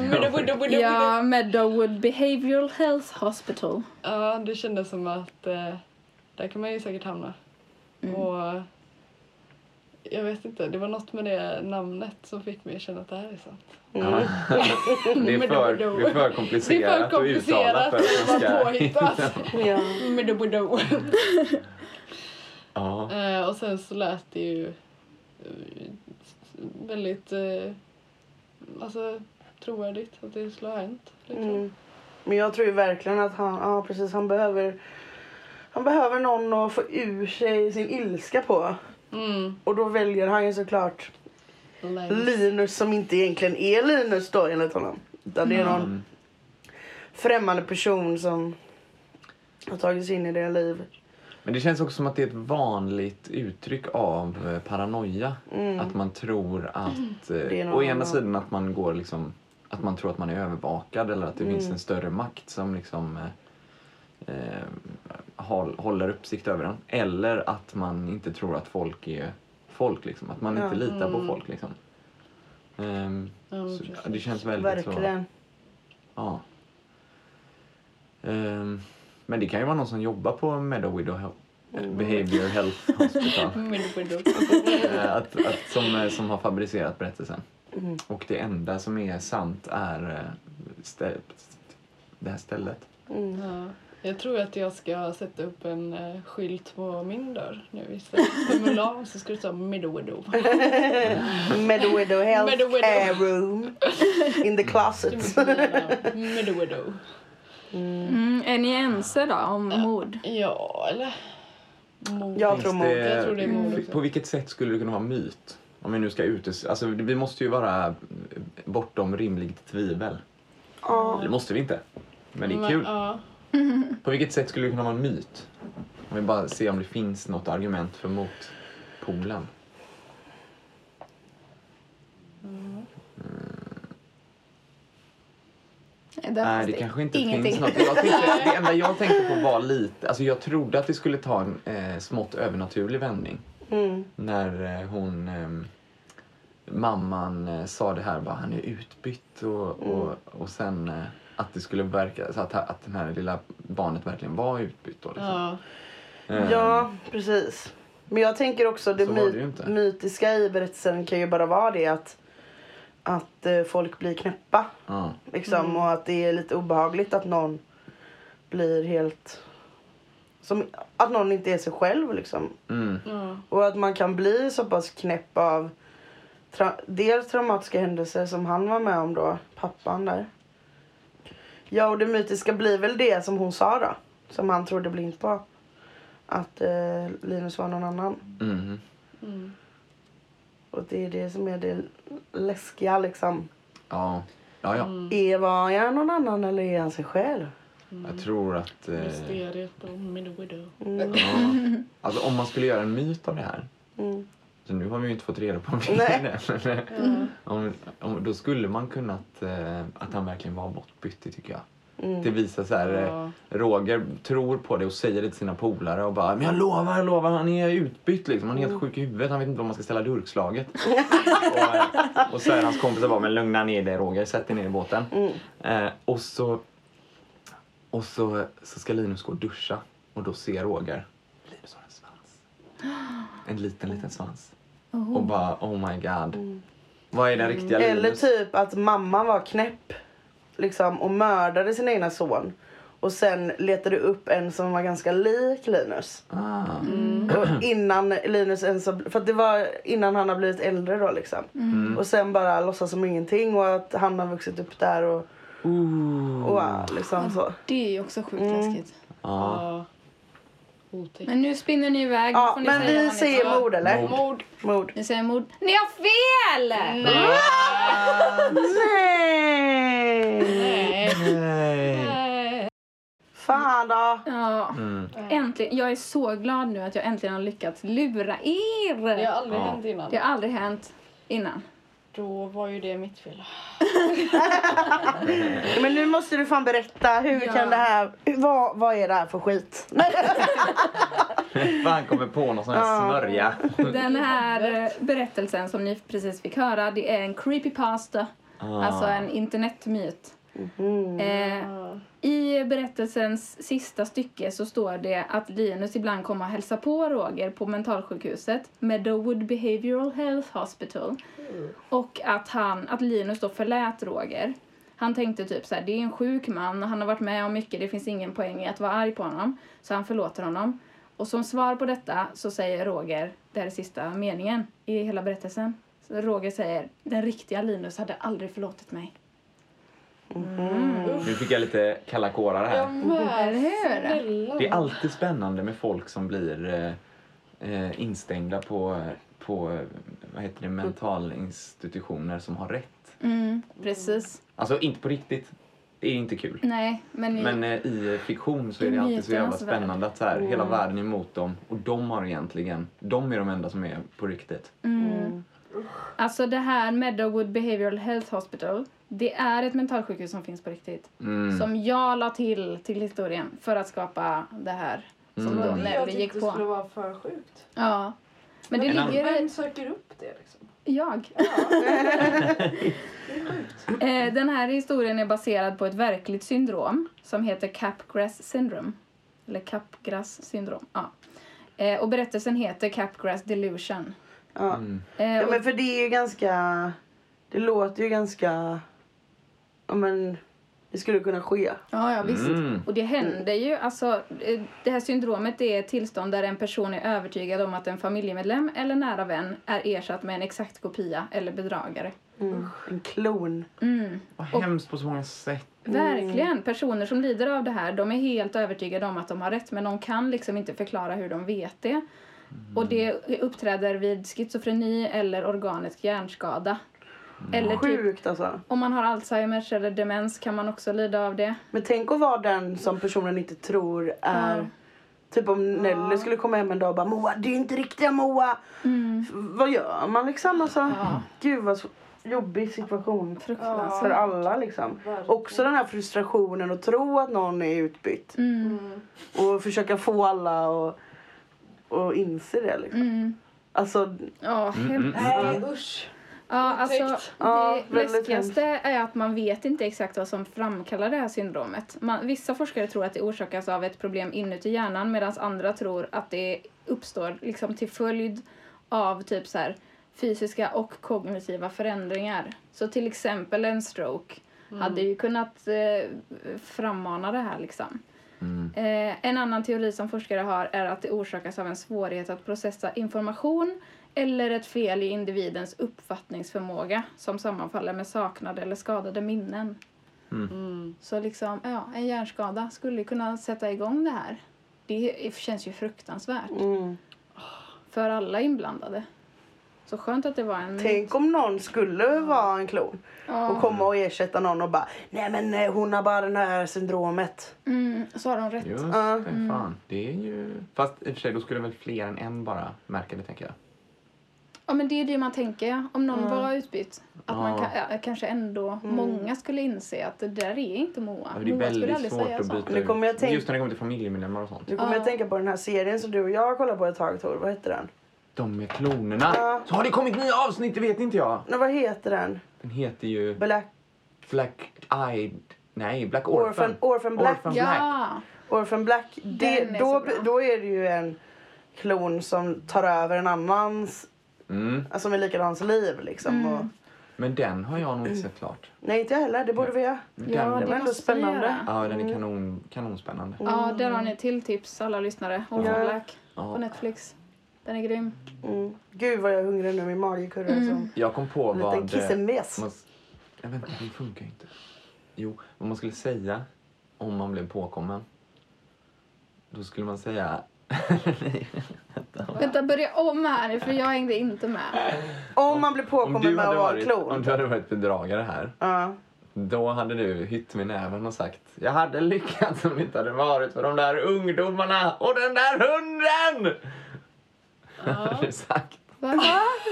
Speaker 6: Meadowood. Ja.
Speaker 3: Ja, Meadowood Behavioral Health Hospital.
Speaker 6: ja, det kändes som att eh, där kan man ju säkert hamna. Och Jag vet inte, det var något med det namnet som fick mig att känna att det här är sant.
Speaker 5: Ja. Det är
Speaker 6: Men
Speaker 5: för,
Speaker 6: då-
Speaker 5: det är för
Speaker 6: Det
Speaker 5: komplicerat
Speaker 6: är för
Speaker 5: att uttala
Speaker 6: komplicerat
Speaker 5: för att man
Speaker 6: att vara
Speaker 5: ska... (laughs)
Speaker 6: påhittat.
Speaker 4: Ja.
Speaker 6: Medobodo.
Speaker 5: Ja,
Speaker 6: Eh, och sen så lät det ju eh, väldigt eh, alltså, trovärdigt att det skulle ha hänt. Liksom.
Speaker 4: Mm. Men jag tror ju verkligen att han, ja precis, han behöver han behöver någon att få ur sig sin ilska på.
Speaker 6: Mm.
Speaker 4: Och då väljer han ju såklart Linus som inte egentligen är Linus då enligt honom. Utan det är någon
Speaker 5: Mm.
Speaker 4: främmande person som har tagit sig in i det liv.
Speaker 5: Men det känns också som att det är ett vanligt uttryck av eh, paranoia. Att man tror att...
Speaker 4: Mm. är
Speaker 5: Eh,
Speaker 4: någon
Speaker 5: å ena
Speaker 4: annan.
Speaker 5: sidan att man går liksom... Att man tror att man är övervakad eller att det
Speaker 4: Mm.
Speaker 5: finns en större makt som liksom eh, eh, håll, håller uppsikt över en. Eller att man inte tror att folk är folk liksom. Att man
Speaker 4: Ja. Mm.
Speaker 5: inte litar på folk liksom. Ehm,
Speaker 6: Ja, men
Speaker 5: så,
Speaker 6: precis.
Speaker 5: det känns väldigt så.
Speaker 4: Verkligen.
Speaker 5: Ja. Ehm, men det kan ju vara någon som jobbar på Meadowidow Health. Behavior Health Hospital.
Speaker 6: Mm. Medobodo.
Speaker 5: (laughs) Eh, att, att, som, eh, som har fabricerat berättelsen. Och det enda som är sant är eh, stä, det här stället.
Speaker 6: Ja, jag tror att jag ska sätta upp en eh, skylt på min dörr nu istället. För Mulan så ska det stå Medobodo.
Speaker 4: Medowidow Health
Speaker 6: Medowidow.
Speaker 4: Care Room. In the closet.
Speaker 6: Medobodo.
Speaker 3: Mm, är ni ense då om mord?
Speaker 6: Ja, eller? Mord.
Speaker 4: Jag
Speaker 5: Finns
Speaker 4: tror mord.
Speaker 6: Jag tror det är mord också.
Speaker 5: På vilket sätt skulle det kunna vara myt? Om vi nu ska utes... Alltså vi måste ju vara eh, bortom rimligt tvivel.
Speaker 4: Ja.
Speaker 5: Det måste vi inte. Men det är
Speaker 6: Men,
Speaker 5: kul.
Speaker 6: Ja.
Speaker 5: På vilket sätt skulle det kunna vara en myt? Om vi bara ser om det finns något argument för motpolen.
Speaker 3: Där
Speaker 5: Nej,
Speaker 3: fanns
Speaker 5: det kanske inte
Speaker 3: ingenting.
Speaker 5: finns något. Jag tänkte, det enda jag tänkte på var lite... Alltså jag trodde att det skulle ta en eh, smått övernaturlig vändning.
Speaker 4: Mm.
Speaker 5: När eh, hon... ehm, mamman eh, sa det här, bara, han är utbytt och, och, och sen eh, att det skulle verka... Så att, att den här lilla barnet verkligen var utbytt då. Liksom.
Speaker 6: ja.
Speaker 5: Ehm,
Speaker 4: Ja, precis. Men jag tänker också det,
Speaker 5: Så var det ju
Speaker 4: my-
Speaker 5: inte.
Speaker 4: mytiska i berättelsen kan ju bara vara det att, att eh, folk blir knäppa.
Speaker 5: ja.
Speaker 4: Liksom, Och att det är lite obehagligt att någon blir helt... Som, att någon inte är sig själv liksom.
Speaker 5: Mm.
Speaker 6: ja.
Speaker 4: Och att man kan bli så pass knäpp av tra- dels traumatiska händelser som han var med om då, pappan där. Ja, och det mytiska blir väl det som hon sa då, som han trodde blint på. Att eh, Linus var någon annan.
Speaker 5: mhm.
Speaker 4: Och det är det som är det läskiga liksom.
Speaker 5: Ja, ja, ja.
Speaker 4: Är, var jag någon annan eller är han sig själv?
Speaker 5: jag tror att... Eh, ja.
Speaker 6: Mysteriet om Medobodo.
Speaker 4: (laughs)
Speaker 5: Alltså om man skulle göra en myt av det här.
Speaker 4: Mm.
Speaker 5: Så nu har vi ju inte fått reda på om det
Speaker 4: Nej. Mm.
Speaker 5: är (laughs) det. om, om, Då skulle man kunnat eh, att han verkligen var bortbytt, det tycker jag.
Speaker 4: Mm.
Speaker 5: Det visar så här, eh, Roger tror på det och säger det till sina polare och bara men jag lovar, jag lovar, han är utbytt liksom. Han är
Speaker 4: Mm.
Speaker 5: helt sjuk i huvudet, han vet inte var man ska
Speaker 4: (laughs)
Speaker 5: ställa durkslaget. och, eh, och så är hans kompisar bara men lugna ner dig Roger, sätt dig ner i båten.
Speaker 4: Mm.
Speaker 5: Eh, och så, och så, så ska Linus gå och duscha och då ser Roger, Linus har en svans. En liten, liten svans. Och bara oh my god. Vad är den riktiga
Speaker 4: Mm. Eller
Speaker 5: Linus?
Speaker 4: typ att mamman var knäpp liksom, och mördade sin egna son. Och sen letade upp en som var ganska lik Linus.
Speaker 5: Ah.
Speaker 4: Mm. Och (clears throat) innan Linus ens har, För att det var innan han har blivit äldre då liksom. Och sen bara låtsas som ingenting och att han har vuxit upp där och,
Speaker 5: Ooh.
Speaker 4: och ah, liksom så.
Speaker 3: Det är ju också sjukt
Speaker 4: Mm.
Speaker 3: läskigt.
Speaker 5: Ja.
Speaker 6: Ja. Otäckt.
Speaker 3: Men nu spinner ni iväg. Nu
Speaker 4: Ja,
Speaker 3: får ni
Speaker 4: men
Speaker 3: säga vad
Speaker 4: vi
Speaker 3: ni tror.
Speaker 4: säger mord eller?
Speaker 6: Mord.
Speaker 4: Mord.
Speaker 3: Ni säger mord. Ni har fel!
Speaker 4: Nej!
Speaker 6: Nej.
Speaker 5: Nej.
Speaker 4: Fan då!
Speaker 3: Ja, Eh. äntligen. Jag är så glad nu att jag äntligen har lyckats lura er.
Speaker 6: Det har aldrig
Speaker 5: Ja.
Speaker 6: hänt innan.
Speaker 3: Det har aldrig hänt innan.
Speaker 6: Då var ju det mitt fel.
Speaker 4: Men nu måste du fan berätta, hur
Speaker 3: Ja.
Speaker 4: kan det här... Vad, vad är det här för skit?
Speaker 5: Fan kommer på någon sån här
Speaker 4: Ah.
Speaker 5: smörja.
Speaker 3: Den här eh, berättelsen som ni precis fick höra, det är en creepypasta. Alltså en internetmyt. Eh, I berättelsens sista stycke så står det att Linus ibland kommer och hälsa på Roger på mentalsjukhuset Meadowood Behavioral Health Hospital och att, han, att Linus då förlät Roger. Han tänkte typ så här, det är en sjuk man, han har varit med om mycket, det finns ingen poäng i att vara arg på honom. Så han förlåter honom. Och som svar på detta så säger Roger, det här är sista meningen i hela berättelsen. Så Roger säger, den riktiga Linus hade aldrig förlåtit mig.
Speaker 5: Nu fick jag lite kalla kårar här.
Speaker 6: Jag med.
Speaker 3: Eller hur?
Speaker 6: Snälla.
Speaker 5: Det är alltid spännande med folk som blir eh, eh, instängda på, på eh, vad heter det, mentalinstitutioner som har rätt.
Speaker 3: Mm, precis.
Speaker 5: Alltså inte på riktigt. Det är inte kul.
Speaker 3: Nej, men, i-
Speaker 5: Men eh, i fiktion så är
Speaker 3: I
Speaker 5: det alltid så jävla
Speaker 3: myternas värld.
Speaker 5: spännande att så här, hela världen är emot dem och de har egentligen, de är de enda som är på riktigt.
Speaker 3: Alltså det här Meadowood Behavioral Health Hospital, det är ett mentalsjukhus som finns på riktigt.
Speaker 5: Mm.
Speaker 3: Som jag la till till historien för att skapa det här som
Speaker 5: Mm.
Speaker 3: då när
Speaker 7: Jag
Speaker 3: vi
Speaker 7: tyckte
Speaker 3: gick
Speaker 7: det skulle
Speaker 3: på.
Speaker 7: vara för sjukt.
Speaker 3: Ja. Men det
Speaker 5: En annan-
Speaker 3: ligger
Speaker 7: Vem söker upp det liksom?
Speaker 3: Jag. (laughs)
Speaker 7: Det är sjukt.
Speaker 3: Eh, den här historien är baserad på ett verkligt syndrom som heter Capgras syndrome. Eller Capgras syndrom, ja. Eh, och berättelsen heter Capgras delusion.
Speaker 4: Ja.
Speaker 3: Eh,
Speaker 4: ja
Speaker 3: och-
Speaker 4: men för det är ju ganska... Det låter ju ganska... Ja men... Det skulle kunna ske.
Speaker 3: Ja, ja visst.
Speaker 5: Mm.
Speaker 3: Och det händer ju. Alltså, eh, det här syndromet är ett tillstånd där en person är övertygad om att en familjemedlem eller nära vän är ersatt med en exakt kopia eller bedragare.
Speaker 4: En klon.
Speaker 5: Vad hemskt på så många sätt.
Speaker 3: Verkligen. Personer som lider av det här de är helt övertygade om att de har rätt men de kan liksom inte förklara hur de vet det. Och det uppträder vid schizofreni eller organisk hjärnskada. Eller typ,
Speaker 4: Sjukt alltså.
Speaker 3: om man har Alzheimers eller demens kan man också lida av det.
Speaker 4: Men tänk att vara den som personen inte tror är...
Speaker 3: Ja.
Speaker 4: Typ om Nelly skulle komma hem en dag och bara Moa, det är inte riktiga Moa.
Speaker 3: Mm.
Speaker 4: F- Vad gör man liksom? Alltså, Gud vad s- jobbig situation.
Speaker 3: Fruktansvärt.
Speaker 4: För alla liksom. Också den här frustrationen att tro att någon är utbytt.
Speaker 3: Mm.
Speaker 4: Mm. Och försöka få alla att och inse det liksom.
Speaker 3: Mm.
Speaker 4: Alltså,
Speaker 3: Ja, hemskt.
Speaker 7: Nej usch.
Speaker 3: Ja, alltså
Speaker 4: Ja,
Speaker 3: det
Speaker 4: väldigt
Speaker 3: läskigaste är att man vet inte exakt vad som framkallar det här syndromet. Man, vissa forskare tror att det orsakas av ett problem inuti hjärnan medan andra tror att det uppstår liksom till följd av typ så här, fysiska och kognitiva förändringar. Så till exempel en stroke hade ju kunnat eh, frammana det här liksom. Eh, en annan teori som forskare har är att det orsakas av en svårighet att processa information eller ett fel i individens uppfattningsförmåga som sammanfaller med saknade eller skadade minnen.
Speaker 4: Mm.
Speaker 3: Så liksom, ja, en hjärnskada skulle kunna sätta igång det här. Det är- känns ju fruktansvärt
Speaker 4: mm.
Speaker 3: för alla inblandade. Så skönt att det var en...
Speaker 4: tänk om någon skulle vara en klon.
Speaker 3: Mm. Ja.
Speaker 4: Och komma och ersätta någon och bara Nej men eh, hon har bara det här syndromet.
Speaker 3: Mm, så har de rätt.
Speaker 5: Just det,
Speaker 4: Ja.
Speaker 3: Mm.
Speaker 5: fan. Det är ju... Fast i och för sig, då skulle väl fler än en bara märka det, tänker jag.
Speaker 3: Ja, men det är det man tänker. ja. Om någon var utbytt, att man
Speaker 5: Ja.
Speaker 3: ka- ja, kanske ändå
Speaker 6: Mm.
Speaker 3: många skulle inse att det där är inte Moa.
Speaker 5: Ja, men Det är
Speaker 3: Moa skulle
Speaker 5: väldigt
Speaker 3: aldrig
Speaker 5: svårt
Speaker 3: säga
Speaker 5: att
Speaker 3: så.
Speaker 5: byta
Speaker 4: Nu kommer jag
Speaker 5: ut.
Speaker 4: tänk-
Speaker 5: Just när det kommer till familjemedlemmar och sånt.
Speaker 4: Nu kommer jag att tänka på den här serien som du och jag kollade på ett tag Tor. Vad heter den?
Speaker 5: De med klonerna!
Speaker 4: Ja.
Speaker 5: Så har det kommit nya avsnitt, det vet inte jag!
Speaker 4: Nej, vad heter den?
Speaker 5: Den heter ju
Speaker 4: Black,
Speaker 5: Black Eyed... Nej, Black Orphan.
Speaker 4: Orphan- Orphan Black.
Speaker 3: Ja,
Speaker 4: Orphan Black. Det,
Speaker 3: Den är så
Speaker 4: då,
Speaker 3: bra.
Speaker 4: då är det ju en klon som tar över en annans,
Speaker 5: Mm.
Speaker 4: alltså med likadans liv liksom.
Speaker 3: Mm.
Speaker 4: Och,
Speaker 5: Men den har jag nog inte sett klart.
Speaker 4: nej inte jag heller, det borde vi göra.
Speaker 5: Den,
Speaker 3: ja det
Speaker 4: var ändå
Speaker 3: måste vi
Speaker 4: spännande.
Speaker 3: göra.
Speaker 5: ja, den är kanon, kanonspännande.
Speaker 6: Mm.
Speaker 3: Ja, där har ni ett till tips alla lyssnare. Orphan
Speaker 4: Ja.
Speaker 3: Black
Speaker 5: Ja.
Speaker 3: på Netflix. Den är grym.
Speaker 4: Mm. Gud vad jag är hungrig nu, min mage kurrar
Speaker 3: Mm.
Speaker 4: som
Speaker 5: Jag kom på
Speaker 4: en liten
Speaker 5: vad... eh,
Speaker 4: kissemes.
Speaker 5: Man, jag vänta, den funkar ju inte. Jo, vad man skulle säga om man blev påkommen. Då skulle man säga... Nej.
Speaker 3: Vänta, börja om här för jag hängde inte med.
Speaker 4: Om man blir
Speaker 5: Om
Speaker 4: påkommen
Speaker 5: du,
Speaker 4: med att
Speaker 5: hade
Speaker 4: vara en
Speaker 5: varit, om
Speaker 4: klon.
Speaker 5: du hade varit bedragare här,
Speaker 4: Ja.
Speaker 5: då hade du hytt med näven och sagt Jag hade lyckats om det inte hade varit för de där ungdomarna och den där hunden! Hade du sagt.
Speaker 3: Va?
Speaker 5: (laughs)
Speaker 3: Va?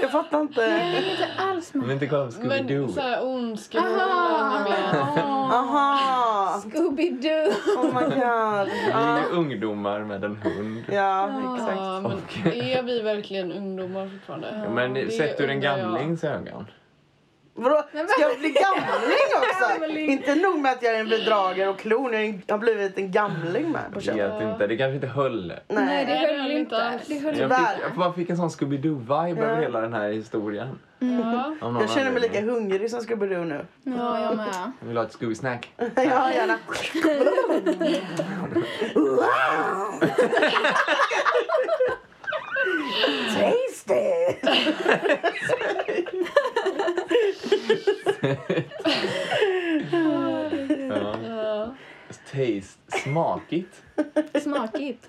Speaker 4: Jag fattar inte.
Speaker 3: Jag hängde inte alls
Speaker 5: Om
Speaker 3: med.
Speaker 5: vi inte kollar på Scooby-Doo.
Speaker 6: Men såhär ondska
Speaker 3: Aha!
Speaker 4: Aha!
Speaker 3: Scooby-Doo!
Speaker 4: Oh my god.
Speaker 5: Vi är ju ungdomar med en hund.
Speaker 4: Ja, exakt.
Speaker 6: Ja, men är vi verkligen ungdomar fortfarande?
Speaker 5: Men
Speaker 6: Det
Speaker 5: sett ur en
Speaker 6: undrar jag.
Speaker 5: gamlings ögon.
Speaker 4: Vadå?
Speaker 3: Men-
Speaker 4: Ska jag bli gamling också?
Speaker 3: Gamling.
Speaker 4: Inte nog med att jag är en bedragare och klon, jag är en- jag har blivit en gamling med på köpet.
Speaker 5: Vet inte, det kanske inte höll.
Speaker 3: Nej, det
Speaker 6: Nej, det
Speaker 3: höll
Speaker 6: höll inte
Speaker 3: inte.
Speaker 6: alls.
Speaker 3: Det höll
Speaker 5: Jag,
Speaker 3: inte.
Speaker 4: Tyvärr.
Speaker 5: fick, jag bara fick en sån Scooby-Doo-vibe över hela den här historien.
Speaker 6: Ja.
Speaker 5: Av någon
Speaker 4: Jag känner mig lika
Speaker 5: anledning.
Speaker 4: hungrig som Scooby-Doo nu. (laughs)
Speaker 3: Ja, jag med.
Speaker 5: Jag vill ha ett Scooby-snack.
Speaker 4: Ja, gärna. Wow! Tasty!
Speaker 5: Ja.
Speaker 6: Ja.
Speaker 5: Taste. Smakigt.
Speaker 3: Smakigt.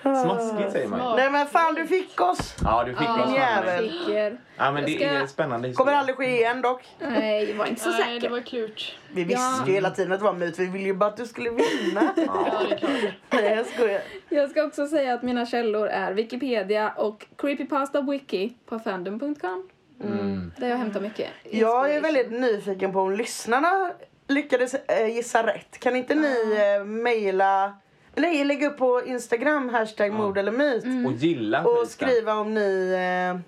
Speaker 5: Smaskigt säger man.
Speaker 4: Nej men fan du fick oss!
Speaker 5: Ja, du fick
Speaker 6: (laughs) Ja.
Speaker 5: oss.
Speaker 4: Jävel.
Speaker 5: Fanny.
Speaker 3: Fick er.
Speaker 5: Ja, men
Speaker 3: Jag
Speaker 5: det
Speaker 3: ska-
Speaker 5: är spännande historia.
Speaker 4: Kommer aldrig ske igen dock.
Speaker 3: Nej, jag var inte så
Speaker 6: Nej, det
Speaker 3: säker.
Speaker 6: var klurt.
Speaker 4: Vi visste ju hela tiden att det var mut, vi ville ju bara att du skulle vinna.
Speaker 6: Ja, det är klart.
Speaker 4: Nej jag skojar.
Speaker 3: Jag ska också säga att mina källor är Wikipedia och Creepypasta Wiki på fandom.com.
Speaker 5: Mm.
Speaker 3: Där jag hämtar mycket
Speaker 4: Jag är
Speaker 3: inspiration.
Speaker 4: väldigt nyfiken på om lyssnarna lyckades eh, gissa rätt. Kan inte ni eh, mejla, nej lägga upp på Instagram hashtag mord eller myt
Speaker 3: Mm.
Speaker 5: Och gilla skiten.
Speaker 4: Mm. och skriva om ni, eh,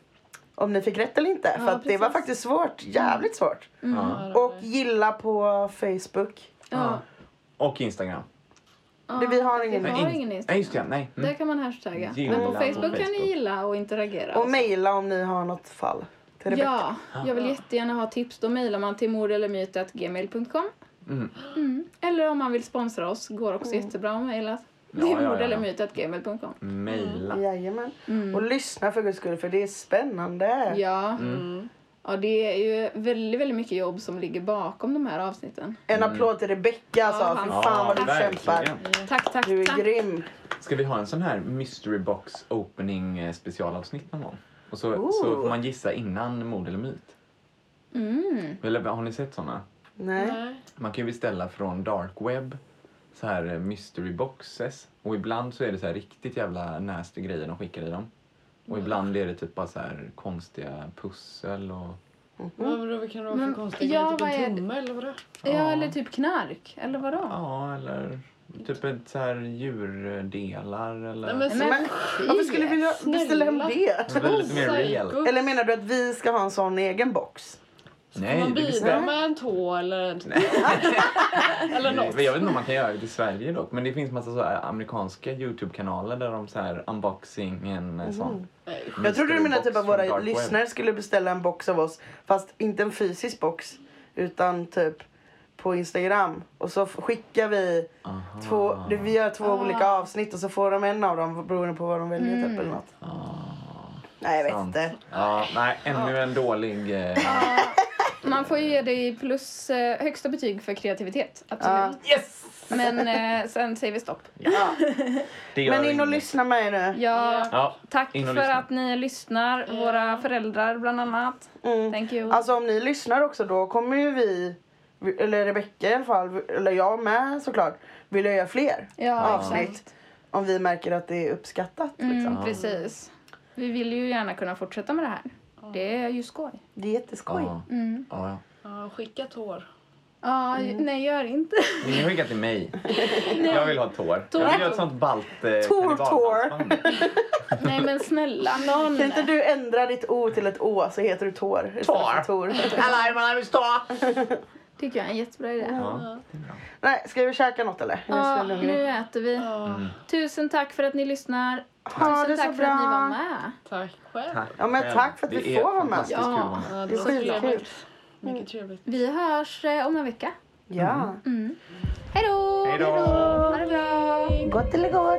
Speaker 4: om ni fick rätt eller inte. för att det var
Speaker 3: precis.
Speaker 4: faktiskt svårt, jävligt svårt.
Speaker 5: Ja.
Speaker 4: Och gilla på Facebook.
Speaker 3: Ja.
Speaker 5: Och Instagram.
Speaker 4: Det- vi har ingen-
Speaker 3: Vi
Speaker 5: Nej,
Speaker 3: har
Speaker 5: in-
Speaker 3: ingen
Speaker 5: Nej,
Speaker 3: Instagram.
Speaker 5: just det. Nej.
Speaker 3: Där
Speaker 5: Mm.
Speaker 3: kan man hashtagga.
Speaker 5: Gilla
Speaker 3: Men på
Speaker 5: på
Speaker 3: Facebook, kan ni
Speaker 5: Facebook.
Speaker 3: gilla och interagera.
Speaker 4: Och mejla om ni har något fall till Rebecka.
Speaker 3: Ja, jag vill jättegärna ha tips. Då mejlar man till mordellermyt.gmail.com.
Speaker 5: Mm.
Speaker 3: Mm. Eller om man vill sponsra oss, går också
Speaker 4: Mm.
Speaker 3: jättebra att mejla.
Speaker 5: Ja,
Speaker 3: till
Speaker 5: ja, ja.
Speaker 3: mordellermyt.gmail.com.
Speaker 5: Mejla.
Speaker 4: Jajamän. Och lyssna för guds skull för det är spännande.
Speaker 3: Mm.
Speaker 5: Mm.
Speaker 3: Ja. ja, det är ju väldigt, väldigt mycket jobb som ligger bakom de här avsnitten.
Speaker 4: En applåd till Rebecka
Speaker 3: Ja,
Speaker 4: alltså. Fy
Speaker 3: han-
Speaker 4: fan vad du
Speaker 5: verkligen.
Speaker 4: kämpar.
Speaker 3: Tack, tack,
Speaker 4: Du är
Speaker 3: tack.
Speaker 4: grym.
Speaker 5: Ska vi ha en sån här mystery box opening eh, specialavsnitt någon gång? Och så, så får man gissa innan mod eller myt.
Speaker 3: Mm.
Speaker 5: Eller, har ni sett såna?
Speaker 4: Nej.
Speaker 6: Nej.
Speaker 5: Man kan ju beställa från dark web så här eh, mystery boxes och ibland så är det så här riktigt jävla nasty grejer de skickar i dem. Och ibland är det typ bara så här konstiga pussel och
Speaker 6: Men vadå, vad kan det vara
Speaker 3: Men-
Speaker 6: för konstiga
Speaker 3: ja,
Speaker 6: grejer? Typ
Speaker 3: vad är det?
Speaker 6: en tumme eller vadå?
Speaker 3: Ja, eller typ knark. Eller vadå?
Speaker 5: ja, eller typ ett så här djurdelar eller
Speaker 6: Nej, men
Speaker 3: Men
Speaker 4: Men
Speaker 3: fy,
Speaker 4: varför skulle vi göra- beställa hem
Speaker 6: snälla.
Speaker 4: det?
Speaker 5: Det blir lite mer real.
Speaker 6: Psycho.
Speaker 4: Eller menar du att vi ska ha en sån egen box?
Speaker 6: Kan
Speaker 5: Nej,
Speaker 6: man
Speaker 5: det
Speaker 6: bidra
Speaker 5: bestämmer.
Speaker 6: med en tå eller en (laughs) Eller
Speaker 5: Nej,
Speaker 6: något.
Speaker 5: men Eh, Jag vet inte om man kan göra det i Sverige dock, men det finns massa så här amerikanska Youtube-kanaler där de så här unboxing en eh, sån.
Speaker 6: Nej.
Speaker 4: Jag trodde du
Speaker 5: mystery
Speaker 4: menade
Speaker 5: box
Speaker 4: typ att
Speaker 5: från
Speaker 4: våra
Speaker 5: dark web.
Speaker 4: lyssnare skulle beställa en box av oss. Fast inte en fysisk box. Utan typ på Instagram. Och så f- skickar vi
Speaker 5: Aha.
Speaker 4: två, det- vi gör två olika avsnitt och så får de en av dem beroende på vad de väljer typ eller något. Nej jag vet
Speaker 5: Ah. Sant.
Speaker 4: inte.
Speaker 5: Ja, nej, ännu
Speaker 4: (laughs)
Speaker 5: en dålig... Eh,
Speaker 3: Man får ju ge dig plus eh, högsta betyg för kreativitet.
Speaker 4: Ja.
Speaker 3: Absolut. Men eh, sen säger vi stopp.
Speaker 5: det gör
Speaker 4: Men in och
Speaker 5: inget.
Speaker 4: lyssna med nu.
Speaker 3: Ja,
Speaker 5: Ja,
Speaker 3: tack
Speaker 5: in
Speaker 3: för
Speaker 5: och lyssna.
Speaker 3: att ni lyssnar. Våra föräldrar bland annat. Thank you.
Speaker 4: Alltså om ni lyssnar också då kommer ju vi, vi- eller Rebecka i alla fall, eller jag med såklart, vilja göra fler
Speaker 3: ja,
Speaker 4: avsnitt.
Speaker 3: exakt.
Speaker 4: Om vi märker att det är uppskattat. Liksom.
Speaker 3: Mm, precis. Vi vill ju gärna kunna fortsätta med det här. Det är ju skoj.
Speaker 4: Det är jätteskoj.
Speaker 5: Ja. Ja, ja.
Speaker 6: Ja, skicka
Speaker 5: Mm.
Speaker 6: tår.
Speaker 3: Ja, nej gör inte.
Speaker 5: Ni har skickat
Speaker 4: (laughs)
Speaker 5: till mig. Jag vill ha tår. Jag vill göra ett sånt balt... Eh,
Speaker 4: Tår,
Speaker 5: karnevalhalsband.
Speaker 3: (laughs)
Speaker 4: (laughs)
Speaker 3: nej men snälla någon.
Speaker 4: Kan inte du ändra ditt O till ett Å så heter du Tor istället för
Speaker 5: Tor.
Speaker 3: (laughs)
Speaker 4: Tor?
Speaker 5: Alla man vill stå!
Speaker 3: Tycker jag är en jättebra idé.
Speaker 5: Ja.
Speaker 4: Nej, ska vi käka något eller? Jag är
Speaker 3: Ja,
Speaker 4: så
Speaker 3: nu
Speaker 4: hungrig.
Speaker 3: äter vi. Tusen tack för att ni lyssnar.
Speaker 4: Ha
Speaker 3: Tusen
Speaker 4: det så
Speaker 3: tack för att ni var
Speaker 4: bra.
Speaker 3: med.
Speaker 6: Tack själv.
Speaker 5: Tack
Speaker 4: Ja, men
Speaker 5: själv.
Speaker 4: tack för att
Speaker 5: Det
Speaker 4: vi
Speaker 5: är
Speaker 4: får vara med.
Speaker 5: fantastiskt kul att vara med.
Speaker 6: Ja,
Speaker 4: Det är
Speaker 6: var
Speaker 4: skitkul.
Speaker 6: trevligt. Mycket trevligt.
Speaker 3: Vi hörs eh, om en vecka.
Speaker 4: Ja.
Speaker 3: Mm. Hej då!
Speaker 5: Hej då!
Speaker 3: Ha det bra!
Speaker 4: Gott eller gott?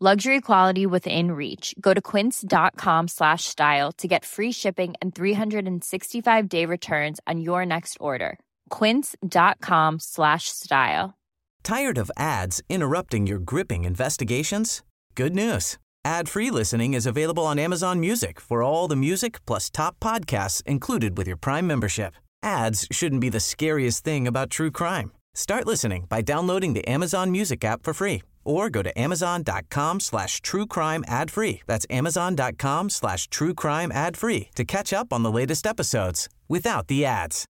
Speaker 8: Luxury quality within reach. Go to quince.com slash style to get free shipping and 365 day returns on your next order. Quince.com slash style.
Speaker 2: Tired of ads interrupting your gripping investigations? Good news. Ad-free listening is available on Amazon Music for all the music plus top podcasts included with your Prime membership. Ads shouldn't be the scariest thing about true crime. Start listening by downloading the Amazon Music app for free or go to amazon.com slash true crime ad free. That's amazon.com slash true crime ad free to catch up on the latest episodes without the ads.